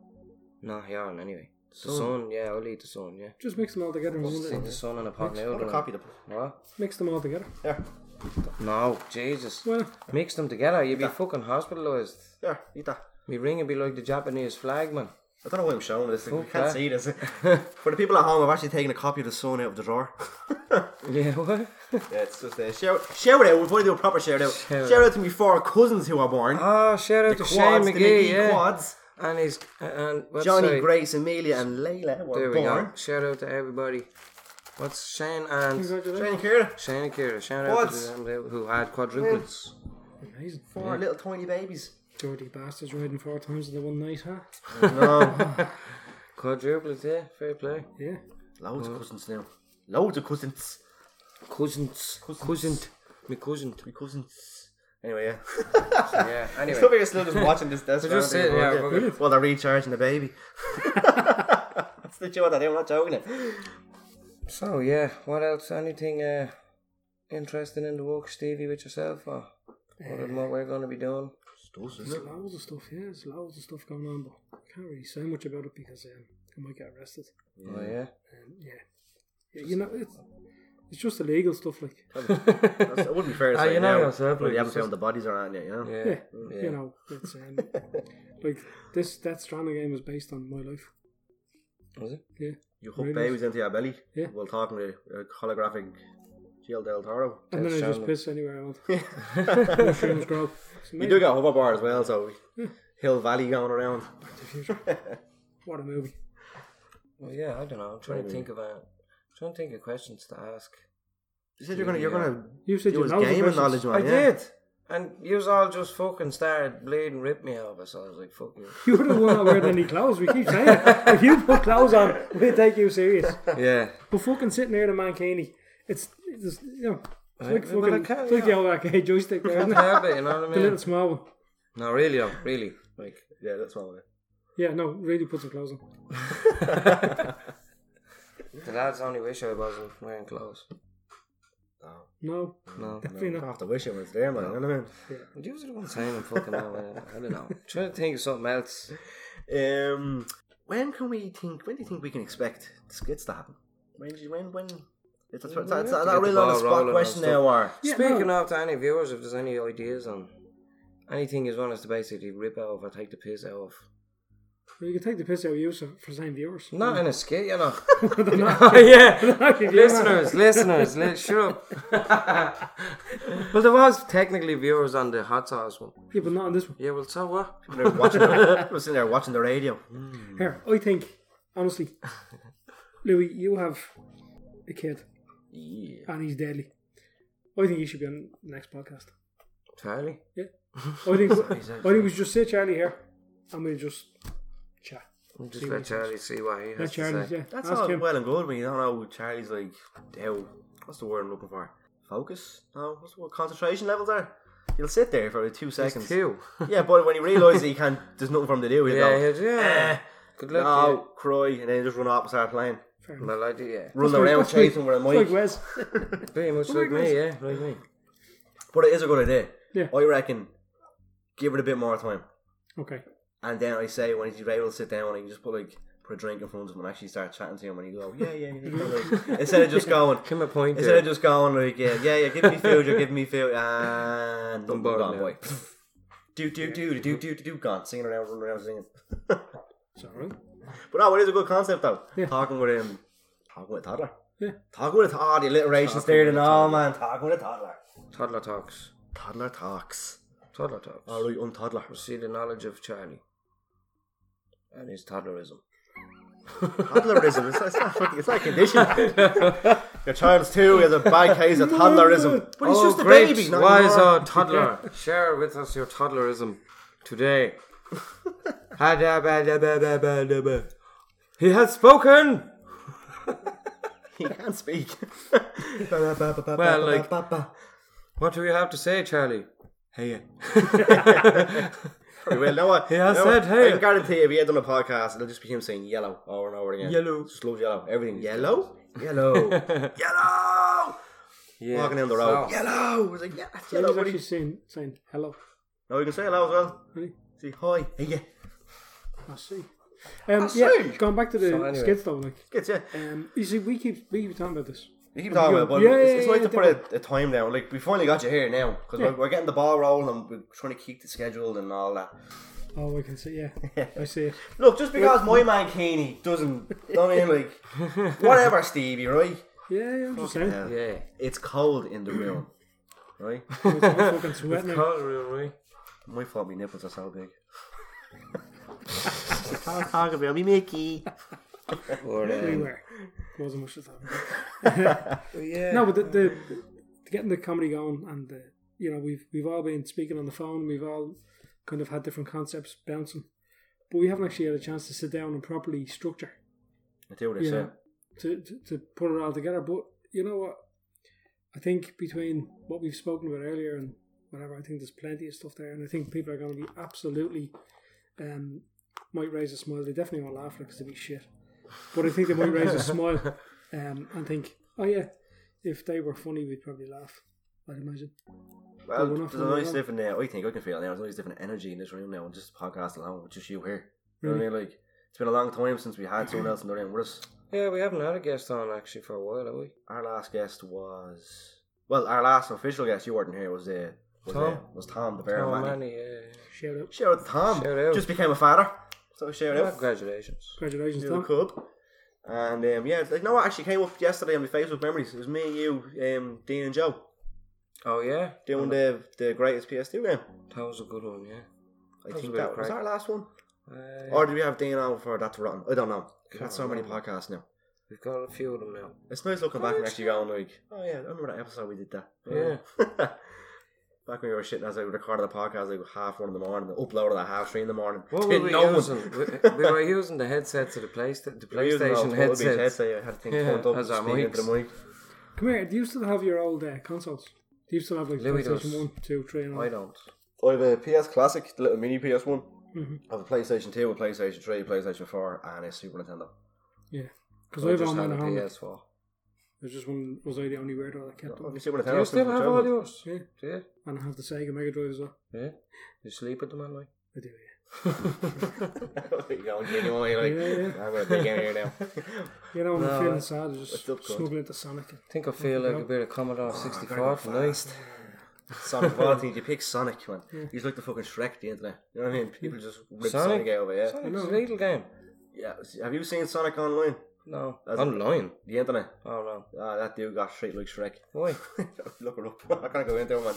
[SPEAKER 1] Not yarn anyway. The
[SPEAKER 2] Sun.
[SPEAKER 1] sun, yeah, I'll eat the sun, yeah.
[SPEAKER 3] Just mix them all together. in one
[SPEAKER 1] Stick the
[SPEAKER 3] day.
[SPEAKER 1] sun in a pot
[SPEAKER 2] I want
[SPEAKER 1] noodle.
[SPEAKER 2] to copy them.
[SPEAKER 1] and- What?
[SPEAKER 3] Mix them all together.
[SPEAKER 2] Yeah,
[SPEAKER 1] No, Jesus.
[SPEAKER 3] Well,
[SPEAKER 1] Mix them together, you'd be fucking hospitalised.
[SPEAKER 2] yeah. Eat that.
[SPEAKER 1] Me ring would be like the Japanese flag, man.
[SPEAKER 2] I don't know why I'm showing this. Like, you
[SPEAKER 1] Okay.
[SPEAKER 2] can't see this. For the people at home, I've actually taken a copy of the sun out of the drawer.
[SPEAKER 1] Yeah, what?
[SPEAKER 2] yeah, it's just there. Shout, shout out. We're going to do a proper shout out.
[SPEAKER 1] Shout
[SPEAKER 2] Shout,
[SPEAKER 1] out.
[SPEAKER 2] out Oh, to me four cousins who are born.
[SPEAKER 1] Ah, shout out to Shane
[SPEAKER 2] Quads, the
[SPEAKER 1] McGee,
[SPEAKER 2] McGee
[SPEAKER 1] yeah.
[SPEAKER 2] quads.
[SPEAKER 1] And he's and what's
[SPEAKER 2] Johnny,
[SPEAKER 1] the-
[SPEAKER 2] Grace, Amelia, and Layla were
[SPEAKER 1] There we go.
[SPEAKER 2] born.
[SPEAKER 1] Shout out to everybody. What's Shane and
[SPEAKER 3] congratulations.
[SPEAKER 2] Shane and Kira,
[SPEAKER 1] Shane and Kira? Shout out
[SPEAKER 2] Quads.
[SPEAKER 1] to them who had quadruplets.
[SPEAKER 3] Amazing.
[SPEAKER 2] four little tiny babies.
[SPEAKER 3] Dirty bastards riding four times in the one night, huh?
[SPEAKER 2] no,
[SPEAKER 1] Quadruplets, yeah. Fair play.
[SPEAKER 3] Yeah.
[SPEAKER 2] loads of cousins now. Loads of cousins.
[SPEAKER 1] Cousins, cousin, my cousin.
[SPEAKER 2] My cousins. Anyway, yeah.
[SPEAKER 1] Yeah. Anyway,
[SPEAKER 2] Some of you are still just watching this. That's
[SPEAKER 1] We're just sitting, yeah, we're good.
[SPEAKER 2] Well, they're recharging the baby. That's the joke that I'm not joking. It.
[SPEAKER 1] So yeah, what else? Anything uh, interesting in the work, Stevie, with yourself, or what, what we're going to be doing?
[SPEAKER 3] There's loads of stuff, yeah. There's loads of stuff going on, but I can't really say much about it because um, I might get arrested.
[SPEAKER 1] Oh yeah.
[SPEAKER 3] Um, yeah. yeah. You know, it's, it's just illegal stuff, like,
[SPEAKER 2] That's- It wouldn't be fair to
[SPEAKER 1] Ah,
[SPEAKER 2] say
[SPEAKER 1] you know
[SPEAKER 2] now,
[SPEAKER 1] yourself,
[SPEAKER 2] but
[SPEAKER 1] like,
[SPEAKER 2] you haven't
[SPEAKER 1] it's just-
[SPEAKER 2] found the bodies around yet, you know?
[SPEAKER 1] Yeah.
[SPEAKER 3] yeah,
[SPEAKER 1] yeah.
[SPEAKER 3] you know, it's um, like this Death Stranding game was based on my life.
[SPEAKER 1] Was it?
[SPEAKER 3] Yeah,
[SPEAKER 2] You hook
[SPEAKER 3] Really?
[SPEAKER 2] babies into your belly
[SPEAKER 3] Yeah.
[SPEAKER 2] while talking to a holographic Gil Del Toro.
[SPEAKER 3] and then I just
[SPEAKER 1] Stranding.
[SPEAKER 3] piss anywhere I want. Mushrooms grow. It's
[SPEAKER 2] You
[SPEAKER 3] amazing.
[SPEAKER 2] do got a hoverboard as well, so Hill Valley going around.
[SPEAKER 3] What a movie!
[SPEAKER 1] Well, yeah. I don't know. I'm trying to think of a, I'm trying to think of questions to ask.
[SPEAKER 2] You said you're gonna, you're
[SPEAKER 1] Yeah.
[SPEAKER 2] gonna
[SPEAKER 3] You said you
[SPEAKER 2] use
[SPEAKER 3] know the
[SPEAKER 2] game and knowledge,
[SPEAKER 3] questions.
[SPEAKER 2] man.
[SPEAKER 1] I
[SPEAKER 2] yeah.
[SPEAKER 1] did. And you all just fucking started bleeding, ripped me over. So I was like, "Fuck you."
[SPEAKER 3] You're the one not wearing any clothes. We keep saying it. If you put clothes on, we take you serious.
[SPEAKER 1] Yeah.
[SPEAKER 3] But fucking sitting there in a mankini, it's, it's you know, it's like
[SPEAKER 1] Well, I
[SPEAKER 3] fucking,
[SPEAKER 1] can't,
[SPEAKER 3] it's like the old arcade joystick there, isn't it?
[SPEAKER 1] Yeah, but you know what
[SPEAKER 3] The
[SPEAKER 1] I
[SPEAKER 3] little
[SPEAKER 1] mean?
[SPEAKER 3] small one.
[SPEAKER 1] No, really, though, really. Like,
[SPEAKER 2] Yeah, that's one way.
[SPEAKER 3] Yeah, no, really put some clothes on.
[SPEAKER 1] the lads only wish I wasn't wearing clothes.
[SPEAKER 3] No,
[SPEAKER 1] No.
[SPEAKER 3] definitely
[SPEAKER 2] I
[SPEAKER 3] not.
[SPEAKER 2] have to wish it was there, man. You know what I mean?
[SPEAKER 1] But you was the one saying I'm fucking out. man. I don't know. trying to think of something else.
[SPEAKER 2] Um, when can we think? When do you think we can expect the skits to happen? When? do you- When? When? It's, it's, it's, it's,
[SPEAKER 1] to get
[SPEAKER 2] not
[SPEAKER 1] the
[SPEAKER 2] really on
[SPEAKER 1] ball
[SPEAKER 2] the
[SPEAKER 1] rolling
[SPEAKER 2] spot
[SPEAKER 1] and
[SPEAKER 2] question
[SPEAKER 1] stuff.
[SPEAKER 2] now, or
[SPEAKER 3] Yeah,
[SPEAKER 1] Speaking
[SPEAKER 3] no.
[SPEAKER 1] of to any viewers, if there's any ideas on anything you want us to basically rip out of or take the piss out of.
[SPEAKER 3] You can take the piss out of you so, for saying viewers.
[SPEAKER 1] Not in a skit, you know.
[SPEAKER 3] They're not-
[SPEAKER 1] oh, yeah.
[SPEAKER 3] they're not viewers.
[SPEAKER 1] listeners, listeners, let sure. well, there was technically viewers on the hot sauce one.
[SPEAKER 3] Yeah, but not on this one.
[SPEAKER 1] Yeah, well, so what?
[SPEAKER 2] People are watching the, people are sitting there watching the radio.
[SPEAKER 3] Here, I think, honestly, Louis, you have a kid
[SPEAKER 2] Yeah.
[SPEAKER 3] and he's deadly. I think you should be on the next podcast.
[SPEAKER 1] Charlie.
[SPEAKER 3] Yeah. I think, I think we should just sit Charlie here and we'll just chat.
[SPEAKER 1] We'll Just let Charlie see what he has
[SPEAKER 3] That's
[SPEAKER 1] to
[SPEAKER 3] Charlie,
[SPEAKER 1] say.
[SPEAKER 3] yeah.
[SPEAKER 2] That's
[SPEAKER 3] Ask
[SPEAKER 2] all
[SPEAKER 3] him.
[SPEAKER 2] well and good when you don't know Charlie's like how what's the word I'm looking for? Focus? No, what's the word? Concentration levels are? He'll sit there for two seconds.
[SPEAKER 1] Two.
[SPEAKER 2] Yeah, but when he realises he can't there's nothing for him to do, he'll
[SPEAKER 1] Yeah,
[SPEAKER 2] go "Eh,
[SPEAKER 1] yeah. yeah. Good luck. to
[SPEAKER 2] No, cry and then just run off and start playing.
[SPEAKER 3] Fair
[SPEAKER 1] you.
[SPEAKER 3] enough.
[SPEAKER 1] Well, I do, yeah.
[SPEAKER 2] Run
[SPEAKER 3] That's
[SPEAKER 2] around
[SPEAKER 3] like- that's
[SPEAKER 2] chasing with a
[SPEAKER 3] like-
[SPEAKER 2] mic.
[SPEAKER 3] Like Wes.
[SPEAKER 1] Pretty much like me, yeah, like me.
[SPEAKER 2] But it is a good idea.
[SPEAKER 3] Yeah.
[SPEAKER 2] I reckon give it a bit more time.
[SPEAKER 3] Okay.
[SPEAKER 2] And then I say when he's able to sit down and you just put like put a drink in front of him and actually start chatting to him and he go, Yeah, yeah, yeah. Instead of just going
[SPEAKER 1] Give him a point.
[SPEAKER 2] Instead
[SPEAKER 1] there.
[SPEAKER 2] of just going like, yeah, yeah, yeah, give me food, you're giving me food, and
[SPEAKER 1] I'm
[SPEAKER 2] I'm
[SPEAKER 1] bored
[SPEAKER 2] gone,
[SPEAKER 1] now.
[SPEAKER 2] boy. Do do do do do do do do gone, singing around, running around, singing. but
[SPEAKER 3] Sorry.
[SPEAKER 2] no, it is a good concept though.
[SPEAKER 3] Yeah.
[SPEAKER 2] Talking with him, talking with a toddler.
[SPEAKER 3] Yeah.
[SPEAKER 2] Talk with a toddler. The alliteration's
[SPEAKER 1] Talk
[SPEAKER 2] there
[SPEAKER 1] with
[SPEAKER 2] and
[SPEAKER 1] a
[SPEAKER 2] all, man. Talk with a toddler.
[SPEAKER 1] Toddler talks.
[SPEAKER 2] Toddler talks.
[SPEAKER 1] Toddler talks.
[SPEAKER 2] All right, I'm toddler.
[SPEAKER 1] See the knowledge of Charlie and his toddlerism.
[SPEAKER 2] Toddlerism. It's, it's not fucking. It's not a condition. Your child's two has a bad case of toddlerism. But he's
[SPEAKER 1] oh,
[SPEAKER 2] just a
[SPEAKER 1] great.
[SPEAKER 2] baby. not
[SPEAKER 1] Wise
[SPEAKER 2] anymore.
[SPEAKER 1] old toddler. Share with us your toddlerism today. Ha-da-ba-da-ba-ba-ba-da-ba. he has spoken.
[SPEAKER 2] He can't speak.
[SPEAKER 1] Well, like- What do you have to say, Charlie? Hey.
[SPEAKER 2] Well, you know what?
[SPEAKER 1] He has
[SPEAKER 2] You know
[SPEAKER 1] said,
[SPEAKER 2] what?
[SPEAKER 1] hey.
[SPEAKER 2] I can guarantee if he had done a podcast, it'll just be him saying yellow over and over again.
[SPEAKER 1] Yellow.
[SPEAKER 2] Just loves yellow. Everything. Yellow? Yellow. yellow!
[SPEAKER 1] Yeah.
[SPEAKER 2] Walking down the road.
[SPEAKER 1] So,
[SPEAKER 2] Yellow! I was like, yeah, that's yellow.
[SPEAKER 3] He's
[SPEAKER 2] buddy.
[SPEAKER 3] actually saying, saying hello.
[SPEAKER 2] No, you can say hello as well.
[SPEAKER 3] Really?
[SPEAKER 2] See, hi. Hey, yeah.
[SPEAKER 3] I see. Um,
[SPEAKER 2] see.
[SPEAKER 3] yeah, going back to the
[SPEAKER 1] So anyway.
[SPEAKER 3] skits though, like
[SPEAKER 2] Kids, yeah.
[SPEAKER 3] um, you see, we keep we keep talking about this.
[SPEAKER 2] You keep talking about it, but
[SPEAKER 3] Yeah, yeah,
[SPEAKER 2] it's, it's
[SPEAKER 3] yeah,
[SPEAKER 2] nice
[SPEAKER 3] yeah,
[SPEAKER 2] to put a, a time down. Like, we finally got you here now. Because
[SPEAKER 3] Yeah.
[SPEAKER 2] we're, we're getting the ball rolling and we're trying to keep the schedule and all that.
[SPEAKER 3] Oh, I can see. Yeah, I see it.
[SPEAKER 2] Look, just because my man Keeney doesn't, I mean, like, whatever, Stevie, right?
[SPEAKER 3] Yeah, yeah I'm just saying.
[SPEAKER 2] hell.
[SPEAKER 1] yeah.
[SPEAKER 2] It's cold in the room, right?
[SPEAKER 3] It's all fucking sweating. now.
[SPEAKER 1] Toddlerism.
[SPEAKER 2] My fault, my nipples are so big. Can't talk about me, Mickey.
[SPEAKER 1] Or,
[SPEAKER 3] We
[SPEAKER 1] um,
[SPEAKER 3] were. Wasn't much of time.
[SPEAKER 1] yeah.
[SPEAKER 3] No, but the, the, the getting the comedy going, and the, you know, we've we've all been speaking on the phone. We've all kind of had different concepts bouncing, but we haven't actually had a chance to sit down and properly structure.
[SPEAKER 2] I do what I
[SPEAKER 3] you
[SPEAKER 2] said.
[SPEAKER 3] know, to, to to put it all together. But you know what? I think between what we've spoken about earlier and whatever, I think there's plenty of stuff there, and I think people are going to be absolutely um, might raise a smile. They definitely won't laugh because they'd be shit, but I think they might raise a smile um, and think, oh yeah, if they were funny, we'd probably laugh. I'd imagine.
[SPEAKER 2] Well,
[SPEAKER 3] we're not
[SPEAKER 2] there's a
[SPEAKER 3] familiar.
[SPEAKER 2] nice different. Uh, I think I can feel it now. There's a nice different energy in this room now, and just the podcast alone, with just you here. You know
[SPEAKER 1] Hmm.
[SPEAKER 2] what I mean? Like, it's been a long time since we had someone else in the room with us.
[SPEAKER 1] yeah, we haven't had a guest on actually for a while, have we?
[SPEAKER 2] Our last guest was, well, our last official guest. You weren't here. Was uh, was
[SPEAKER 1] Tom?
[SPEAKER 2] Uh, was Tom the Bear
[SPEAKER 1] Oh,
[SPEAKER 2] Manny.
[SPEAKER 1] Manny, yeah, yeah.
[SPEAKER 3] Shout out,
[SPEAKER 2] Shout out to Tom.
[SPEAKER 1] Shout out.
[SPEAKER 2] Just became a father. So shout
[SPEAKER 1] Well,
[SPEAKER 2] out.
[SPEAKER 1] Congratulations.
[SPEAKER 3] congratulations,
[SPEAKER 2] to the
[SPEAKER 3] Tom.
[SPEAKER 2] club. And um, yeah, like no, what actually came up yesterday on my Facebook memories. It was me, you, um, Dean, and Joe
[SPEAKER 1] Oh, yeah?
[SPEAKER 2] doing the the greatest PS2 game.
[SPEAKER 1] That was a good one, yeah.
[SPEAKER 2] I
[SPEAKER 1] was a
[SPEAKER 2] think
[SPEAKER 1] bit
[SPEAKER 2] that
[SPEAKER 1] of
[SPEAKER 2] was
[SPEAKER 1] crack.
[SPEAKER 2] our last one,
[SPEAKER 1] Uh,
[SPEAKER 2] or did we have Dean on for that's rotten? I don't know. We've had so many
[SPEAKER 1] remember.
[SPEAKER 2] podcasts now.
[SPEAKER 1] We've got a few of them now.
[SPEAKER 2] It's nice looking back and actually going like, oh yeah, I remember that episode we did that. back when we were shitting as I recorded the podcast like half one in the morning, uploaded at half three in the morning.
[SPEAKER 1] What were
[SPEAKER 2] Didn't
[SPEAKER 1] we
[SPEAKER 2] know one.
[SPEAKER 1] using? we, we were using the headsets of the, Playsta- the
[SPEAKER 2] We were using
[SPEAKER 1] PlayStation
[SPEAKER 2] our Applebee's
[SPEAKER 1] headsets.
[SPEAKER 2] headset. I had the thing
[SPEAKER 1] Yeah,
[SPEAKER 2] yeah, up,
[SPEAKER 1] as our
[SPEAKER 2] speaking into the mic.
[SPEAKER 3] Come here. Do you still have your old uh, consoles? Do you still have like
[SPEAKER 1] Louis
[SPEAKER 3] PlayStation
[SPEAKER 1] does.
[SPEAKER 3] One, Two, Three, and all?
[SPEAKER 1] I
[SPEAKER 3] that?
[SPEAKER 1] don't.
[SPEAKER 2] I have a PS Classic, the little mini PS One.
[SPEAKER 1] Mm-hmm.
[SPEAKER 2] I have a PlayStation Two, a PlayStation Three, a PlayStation Four, and a Super Nintendo.
[SPEAKER 3] Yeah, because
[SPEAKER 1] I
[SPEAKER 3] I've
[SPEAKER 1] just
[SPEAKER 3] all
[SPEAKER 1] have
[SPEAKER 3] mine
[SPEAKER 1] a
[SPEAKER 3] at home. like,
[SPEAKER 1] PS4.
[SPEAKER 3] There's just one. Was I the only weirdo that kept
[SPEAKER 2] Fucking
[SPEAKER 3] them?
[SPEAKER 2] Super Nintendo.
[SPEAKER 1] Do you still
[SPEAKER 2] since
[SPEAKER 1] have
[SPEAKER 2] childhood.
[SPEAKER 1] all yours?
[SPEAKER 3] Yeah.
[SPEAKER 1] Do you?
[SPEAKER 3] And I have the Sega Mega Drive as well.
[SPEAKER 1] Yeah. You sleep with them at night?
[SPEAKER 3] I do, yeah.
[SPEAKER 2] You know, genuinely, like,
[SPEAKER 3] Yeah, yeah.
[SPEAKER 2] I'm gonna dig in here now.
[SPEAKER 3] You know, when
[SPEAKER 1] No,
[SPEAKER 3] I'm feeling
[SPEAKER 1] that's-
[SPEAKER 3] sad, I just
[SPEAKER 2] that's still good.
[SPEAKER 3] smuggling into Sonic.
[SPEAKER 1] I think I feel like a bit of Commodore 64 tonight.
[SPEAKER 2] Sonic Valentine, you pick Sonic, man. He's like the fucking Shrek, the internet. You know what I mean? People just rip Sonic,
[SPEAKER 1] Sonic?
[SPEAKER 2] out of it. Yeah.
[SPEAKER 1] Sonic's a legal game.
[SPEAKER 2] yeah. Have you seen Sonic online?
[SPEAKER 1] No.
[SPEAKER 2] That's-
[SPEAKER 1] Online?
[SPEAKER 2] The internet.
[SPEAKER 1] Oh, no.
[SPEAKER 2] Ah, that dude got straight like Shrek.
[SPEAKER 1] Why?
[SPEAKER 2] Look it up. I'm not gonna go into it, man.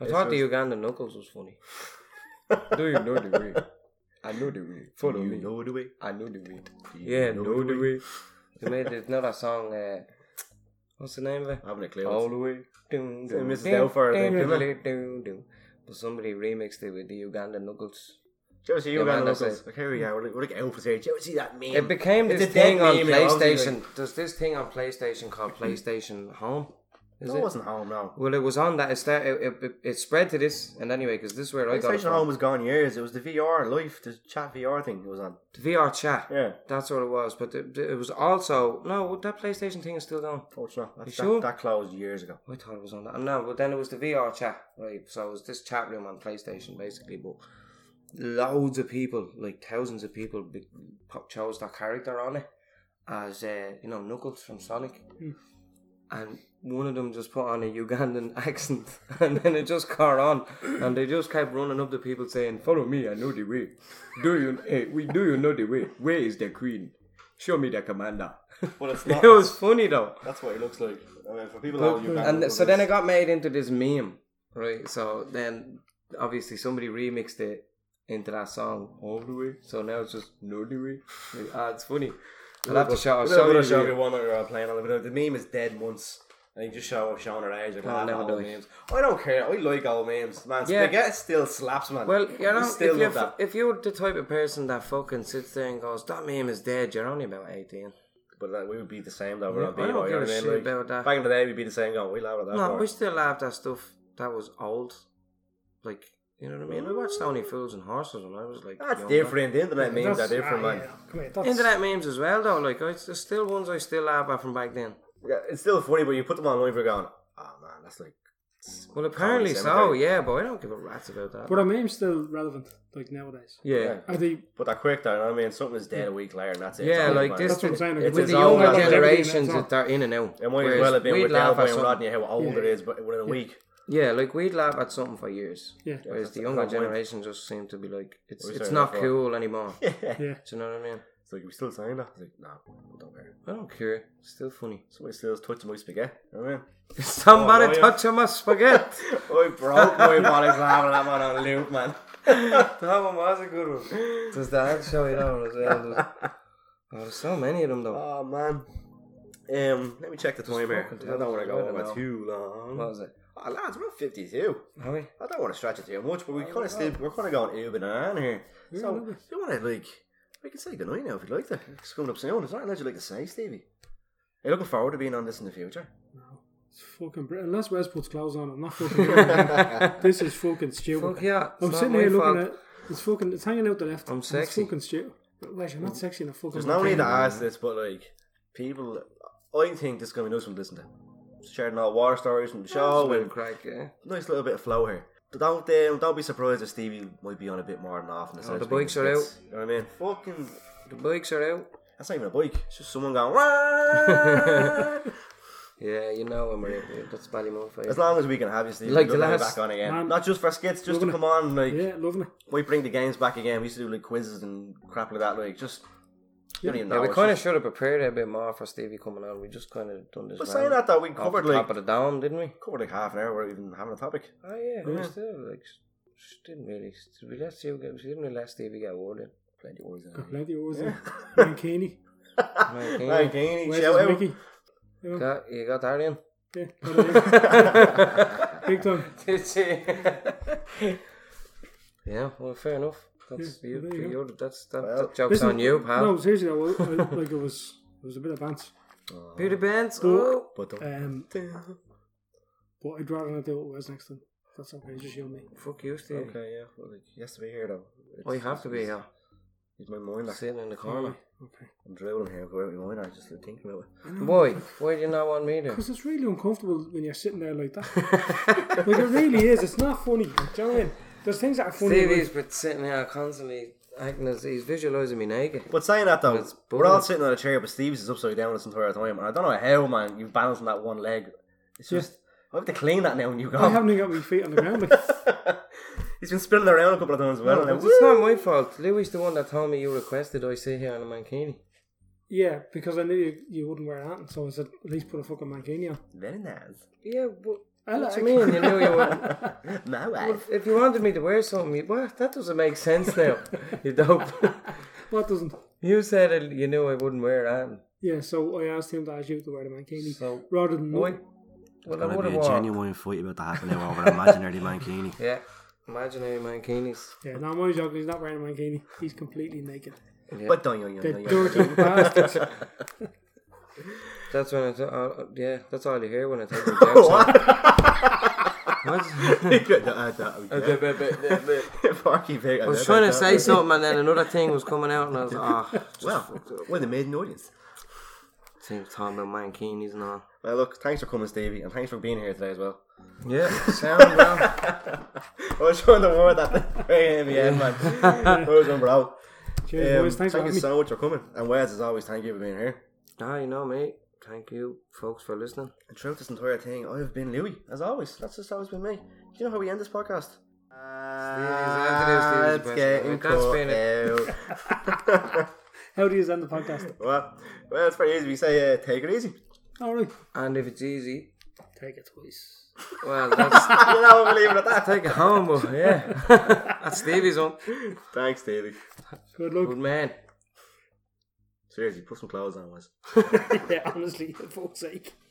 [SPEAKER 1] I thought the Ugandan Knuckles was funny. Do you know the way? I know the way. Follow
[SPEAKER 2] You know the way.
[SPEAKER 1] I know the way. Yeah,
[SPEAKER 2] know
[SPEAKER 1] know
[SPEAKER 2] the
[SPEAKER 1] the way. They made it, not a song. Uh, what's the name of it?
[SPEAKER 2] I haven't a clue.
[SPEAKER 1] All the way. Doom,
[SPEAKER 2] So
[SPEAKER 1] doom,
[SPEAKER 2] Mrs.
[SPEAKER 1] doom,
[SPEAKER 2] Doubtfire, I
[SPEAKER 1] doom,
[SPEAKER 2] think, isn't
[SPEAKER 1] doom, doom, doom. But somebody remixed it with the Ugandan Knuckles.
[SPEAKER 2] Joe, see you
[SPEAKER 1] Yeah,
[SPEAKER 2] got
[SPEAKER 1] man, that's
[SPEAKER 2] locals. Like, here we are. We're like, we're like elves here. Joe, see that meme?
[SPEAKER 1] It became
[SPEAKER 2] It's
[SPEAKER 1] this
[SPEAKER 2] a dead
[SPEAKER 1] thing on
[SPEAKER 2] meme, it obviously, Mm-hmm.
[SPEAKER 1] PlayStation. There's this thing on PlayStation called PlayStation Home. Is
[SPEAKER 2] No, it
[SPEAKER 1] it?
[SPEAKER 2] wasn't home, no.
[SPEAKER 1] Well, it was on that. It, start, it, it- it, it spread to this, and anyway, because this is where I got it
[SPEAKER 2] PlayStation
[SPEAKER 1] from.
[SPEAKER 2] Home was gone years. It was the VR life, the chat VR thing it was on.
[SPEAKER 1] The VR chat.
[SPEAKER 2] Yeah.
[SPEAKER 1] That's what it was. But the, the- it was also no. That PlayStation thing is still going.
[SPEAKER 2] Oh, it's not. That's,
[SPEAKER 1] You sure?
[SPEAKER 2] that, that closed years ago.
[SPEAKER 1] I thought it was on that. No, but then it was the VR chat, right? So it was this chat room on PlayStation, basically. But loads of people, like thousands of people, be- po- chose that character on it as uh, you know Knuckles from Sonic, and one of them just put on a Ugandan accent, and then it just caught on, and they just kept running up to people saying, "Follow me, I know the way. Do you? eh, we do you know the way? Where is the queen?
[SPEAKER 4] Show me the commander.
[SPEAKER 2] But it's
[SPEAKER 4] It was funny though.
[SPEAKER 2] That's what it looks like. I mean, for people out of Uganda,
[SPEAKER 1] and
[SPEAKER 2] it
[SPEAKER 1] so then
[SPEAKER 2] looks-
[SPEAKER 1] it got made into this meme, right? So then obviously somebody remixed it into that song
[SPEAKER 2] Oh,
[SPEAKER 1] all the way. So now it's just no the way. Like, ah, it's funny. I'll have to show. I'll
[SPEAKER 2] Show
[SPEAKER 1] show
[SPEAKER 2] me
[SPEAKER 1] you.
[SPEAKER 2] the
[SPEAKER 1] the
[SPEAKER 2] show me
[SPEAKER 1] video.
[SPEAKER 2] one or uh, playing on it. The meme is dead once. And you just show showing her age. Like,
[SPEAKER 1] Oh,
[SPEAKER 2] oh,
[SPEAKER 1] never
[SPEAKER 2] old
[SPEAKER 1] die.
[SPEAKER 2] memes. I don't care. I like old memes, man.
[SPEAKER 1] Yeah.
[SPEAKER 2] Spaghetti still slaps, man.
[SPEAKER 1] Well, you
[SPEAKER 2] I
[SPEAKER 1] know,
[SPEAKER 2] still
[SPEAKER 1] if, you're,
[SPEAKER 2] love that.
[SPEAKER 1] if you're the type of person that fucking sits there and goes, "That meme is dead," you're only about eighteen.
[SPEAKER 2] But uh, we would be the same though. We're
[SPEAKER 1] Yeah,
[SPEAKER 2] not
[SPEAKER 1] I
[SPEAKER 2] being you
[SPEAKER 1] don't give
[SPEAKER 2] know
[SPEAKER 1] a
[SPEAKER 2] what I mean?
[SPEAKER 1] shit
[SPEAKER 2] Like,
[SPEAKER 1] about that.
[SPEAKER 2] Back in the day, we'd be the same. Going, we love that.
[SPEAKER 1] No,
[SPEAKER 2] part.
[SPEAKER 1] we still laughed at stuff that was old. Like, you know what I mean? We watched Only Fools and Horses when I was like.
[SPEAKER 2] That's
[SPEAKER 1] younger.
[SPEAKER 2] different. The internet memes are
[SPEAKER 3] That's-
[SPEAKER 2] different,
[SPEAKER 3] ah,
[SPEAKER 2] man.
[SPEAKER 3] yeah, Come here, that's,
[SPEAKER 1] Internet memes as well, though. Like, I, there's still ones I still laugh at from back then.
[SPEAKER 2] Yeah, it's still funny, but you put them online, we're going, oh man, that's like.
[SPEAKER 1] Well, apparently so,
[SPEAKER 2] cemetery.
[SPEAKER 1] yeah, but I don't give a rat's about that.
[SPEAKER 3] But are memes still relevant, like nowadays? Ah,
[SPEAKER 1] yeah.
[SPEAKER 2] Yeah.
[SPEAKER 3] Are they
[SPEAKER 2] But that quick, though, you know what I mean? Something's dead a week later, and that's it. It's
[SPEAKER 1] Yeah,
[SPEAKER 2] over,
[SPEAKER 1] like
[SPEAKER 2] man.
[SPEAKER 1] this.
[SPEAKER 3] That's what I'm saying, like,
[SPEAKER 1] it's
[SPEAKER 3] with
[SPEAKER 1] the
[SPEAKER 3] the
[SPEAKER 1] younger
[SPEAKER 3] old
[SPEAKER 1] generations
[SPEAKER 3] longevity,
[SPEAKER 1] that they're in and out.
[SPEAKER 2] It might as
[SPEAKER 1] whereas
[SPEAKER 2] well have been
[SPEAKER 1] we'd
[SPEAKER 2] with
[SPEAKER 1] laugh
[SPEAKER 2] Delphi
[SPEAKER 1] at
[SPEAKER 2] and
[SPEAKER 1] something.
[SPEAKER 2] Rodney how old it is, but within a week.
[SPEAKER 1] Yeah, like we'd laugh at something for years.
[SPEAKER 3] Yeah.
[SPEAKER 1] Whereas the
[SPEAKER 2] that's
[SPEAKER 1] younger
[SPEAKER 2] the point.
[SPEAKER 1] generations just seem to be like, it's
[SPEAKER 2] We're
[SPEAKER 1] it's
[SPEAKER 2] saying
[SPEAKER 1] not
[SPEAKER 2] that for-
[SPEAKER 1] cool anymore.
[SPEAKER 2] Yeah.
[SPEAKER 3] yeah?
[SPEAKER 1] Do you know what I mean?
[SPEAKER 2] It's like, we still saying that? It's like, no, I don't care.
[SPEAKER 1] I don't care. It's still funny.
[SPEAKER 2] Somebody still is touching my spaghetti. You know what I mean?
[SPEAKER 1] Somebody
[SPEAKER 2] Oh, yeah.
[SPEAKER 1] touch on my spaghetti.
[SPEAKER 2] I broke my body's laughing at that one on loop, man.
[SPEAKER 1] that one was a good one. Does that show it on as well? does it? Oh, there's so many of them though.
[SPEAKER 2] Oh, man. Um, let me check the time here.
[SPEAKER 1] fucking
[SPEAKER 2] I don't want to
[SPEAKER 1] tell
[SPEAKER 2] go
[SPEAKER 1] us about it now.
[SPEAKER 2] over too long.
[SPEAKER 1] what was it?
[SPEAKER 2] Oh, lads, we're 52.
[SPEAKER 1] Are we?
[SPEAKER 2] I don't want to stretch it too much, but we kind of still we're kind of going Uber and here. So
[SPEAKER 3] Uber.
[SPEAKER 2] if you want to like, we can say goodnight now if you'd like to. It's coming up soon. Is there anything you'd like to say, Stevie? Are you looking forward to being on this in the future?
[SPEAKER 3] It's fucking br- unless Westport's clothes on, I'm not fucking. doing it. this is fucking stupid.
[SPEAKER 1] Fuck yeah. It's
[SPEAKER 3] I'm
[SPEAKER 1] not
[SPEAKER 3] sitting
[SPEAKER 1] my
[SPEAKER 3] here
[SPEAKER 1] fault.
[SPEAKER 3] looking at it's fucking. It's hanging out the left.
[SPEAKER 1] I'm
[SPEAKER 3] It's
[SPEAKER 1] sexy.
[SPEAKER 3] fucking stupid. But Wes, you're not sexy enough. Fucking.
[SPEAKER 2] There's no
[SPEAKER 3] okay.
[SPEAKER 2] need to ask this, but like, people, I think this is gonna be nice one to listen to. Sharing all water stories from the show
[SPEAKER 1] Bit
[SPEAKER 2] and
[SPEAKER 1] of crack, yeah.
[SPEAKER 2] nice little bit of flow here. Don't um, don't be surprised if Stevie might be on a bit more than often.
[SPEAKER 1] Oh, the bikes are
[SPEAKER 2] You know what I mean? Fucking,
[SPEAKER 1] The bikes are out.
[SPEAKER 2] that's not even a bike. It's just someone going. "Wah!"
[SPEAKER 1] Yeah, you know when we're that's eh? Ballymun for you.
[SPEAKER 2] As long as we can have you, Steve,
[SPEAKER 1] Like
[SPEAKER 2] we'll
[SPEAKER 1] the
[SPEAKER 2] have you
[SPEAKER 1] last-
[SPEAKER 2] back on again.
[SPEAKER 3] Man.
[SPEAKER 2] Not just for skits, just to
[SPEAKER 3] Loving it.
[SPEAKER 2] come on. Like
[SPEAKER 3] Yeah, loving it.
[SPEAKER 2] we bring the games back again. We used to do like quizzes and crap like that. Like just you don't even know.
[SPEAKER 1] Yeah, we
[SPEAKER 2] it's
[SPEAKER 1] kind of
[SPEAKER 2] just-
[SPEAKER 1] should have prepared a bit more for Stevie coming on. We just kind of done this.
[SPEAKER 2] But
[SPEAKER 1] round
[SPEAKER 2] saying that though, we
[SPEAKER 1] off
[SPEAKER 2] covered
[SPEAKER 1] the top
[SPEAKER 2] like
[SPEAKER 1] of the dome, didn't we?
[SPEAKER 2] covered like half an hour. without even having a topic.
[SPEAKER 1] Oh yeah, we still like sh- sh- didn't really. We let Stevie get. We didn't really let Stevie get awarded.
[SPEAKER 2] Plenty of words in
[SPEAKER 3] Got
[SPEAKER 2] it.
[SPEAKER 3] plenty of oars in. Mankini.
[SPEAKER 2] Like, Gainey,
[SPEAKER 3] Wes
[SPEAKER 2] shout
[SPEAKER 3] is
[SPEAKER 2] out.
[SPEAKER 3] Mickey.
[SPEAKER 1] Got, you got that in.
[SPEAKER 3] Yeah, got it in. Big time.
[SPEAKER 1] yeah, well, fair enough. That's
[SPEAKER 3] Yeah,
[SPEAKER 1] you.
[SPEAKER 3] there you go.
[SPEAKER 1] you're, that's that,
[SPEAKER 2] Well,
[SPEAKER 1] that joke's
[SPEAKER 3] Listen,
[SPEAKER 1] on you, pal.
[SPEAKER 3] No, seriously, though, I, I, like it was, it was a bit of bants.
[SPEAKER 1] Beauty bands. Oh,
[SPEAKER 3] Look.
[SPEAKER 2] But don't-
[SPEAKER 3] Um, but I'd rather not do it with Wes next time. That's okay, just you and me.
[SPEAKER 1] fuck you, Stevie.
[SPEAKER 2] okay, uh, yeah. Well, like, he has to be here though. It's,
[SPEAKER 1] Oh, you have to be here.
[SPEAKER 2] He's my mind. Like,
[SPEAKER 1] Sitting in the corner.
[SPEAKER 3] Okay.
[SPEAKER 2] I'm drooling here. Without my mind, I just like, thinking about it.
[SPEAKER 1] Mm. Boy, why do you not want me there?
[SPEAKER 3] Because it's really uncomfortable when you're sitting there like that. like, it really is. It's not funny. Do you know what I mean? There's things that are funny.
[SPEAKER 1] Stevie's
[SPEAKER 3] like-
[SPEAKER 1] been sitting here constantly acting as he's visualizing me naked.
[SPEAKER 2] But saying that though,
[SPEAKER 1] It's
[SPEAKER 2] we're all
[SPEAKER 1] boring.
[SPEAKER 2] sitting on a chair, but Steve's is upside down this entire time, and I don't know how, man, you've balanced on that one leg. It's just I have to clean that now when you go.
[SPEAKER 3] I haven't even got my feet on the ground. Like,
[SPEAKER 2] He's been spinning around a couple of times as well. and
[SPEAKER 1] It's
[SPEAKER 2] then, woo!
[SPEAKER 1] not my fault. Louis the one that told me you requested I sit here in a mankini.
[SPEAKER 3] yeah, because I knew you, you wouldn't wear that, so I said, at least put a fucking mankini on.
[SPEAKER 2] Very nice.
[SPEAKER 1] Yeah, but
[SPEAKER 3] I
[SPEAKER 1] what
[SPEAKER 3] like-
[SPEAKER 1] do you mean? You knew you wouldn't.
[SPEAKER 2] No way.
[SPEAKER 1] Well, if you wanted me to wear something, you, well, that doesn't make sense now. you dope.
[SPEAKER 3] What doesn't?
[SPEAKER 1] you said it, you knew I wouldn't wear that.
[SPEAKER 3] Yeah, so I asked him to ask you to wear the mankini
[SPEAKER 1] So-
[SPEAKER 3] rather than
[SPEAKER 1] Why? Well, I would have worn.
[SPEAKER 2] fight about the half an hour over an imaginary mankini.
[SPEAKER 1] Yeah, imaginary mankinis.
[SPEAKER 3] Yeah, no, my joke. He's not wearing a mankini. He's completely naked.
[SPEAKER 2] But don't you,
[SPEAKER 3] The dirty bastard.
[SPEAKER 1] That's when I th- uh, yeah, that's all you hear when I take my jokes off. What?
[SPEAKER 2] I
[SPEAKER 1] I was trying to say something and then another thing was coming out and I was like, oh,
[SPEAKER 2] Well, well, they made an audience.
[SPEAKER 1] things talking about mankinis and all.
[SPEAKER 2] Well, look, thanks for coming, Stevie, and thanks for being here today as well.
[SPEAKER 1] Yeah, sound well.
[SPEAKER 2] I was trying to word that very in the end, man. Well done, bro.
[SPEAKER 3] Cheers,
[SPEAKER 2] Um,
[SPEAKER 3] boys. Thanks for
[SPEAKER 2] thank you
[SPEAKER 3] having me.
[SPEAKER 2] so much for coming. And Wes, as always, thank you for being here.
[SPEAKER 1] Ah, you know, mate. Thank you, folks, for listening.
[SPEAKER 2] And throughout this entire thing, I have been Louis, as always. That's just always been me. Do you know how we end this podcast?
[SPEAKER 1] after this, Stevie's
[SPEAKER 2] It's
[SPEAKER 1] best.
[SPEAKER 2] getting
[SPEAKER 1] That's been
[SPEAKER 2] cut out.
[SPEAKER 3] How do you end the podcast?
[SPEAKER 2] Well, well, it's very easy. We say, uh, take it easy.
[SPEAKER 3] All right.
[SPEAKER 1] And if it's easy,
[SPEAKER 3] Take it twice.
[SPEAKER 1] well, that's
[SPEAKER 2] you know, we'll leave it at that.
[SPEAKER 1] take it home, but yeah. that's Stevie's one.
[SPEAKER 2] Thanks, Davey.
[SPEAKER 3] Good luck.
[SPEAKER 1] Good man.
[SPEAKER 2] Seriously, put some clothes on, Wes.
[SPEAKER 3] yeah, honestly, for fuck's sake.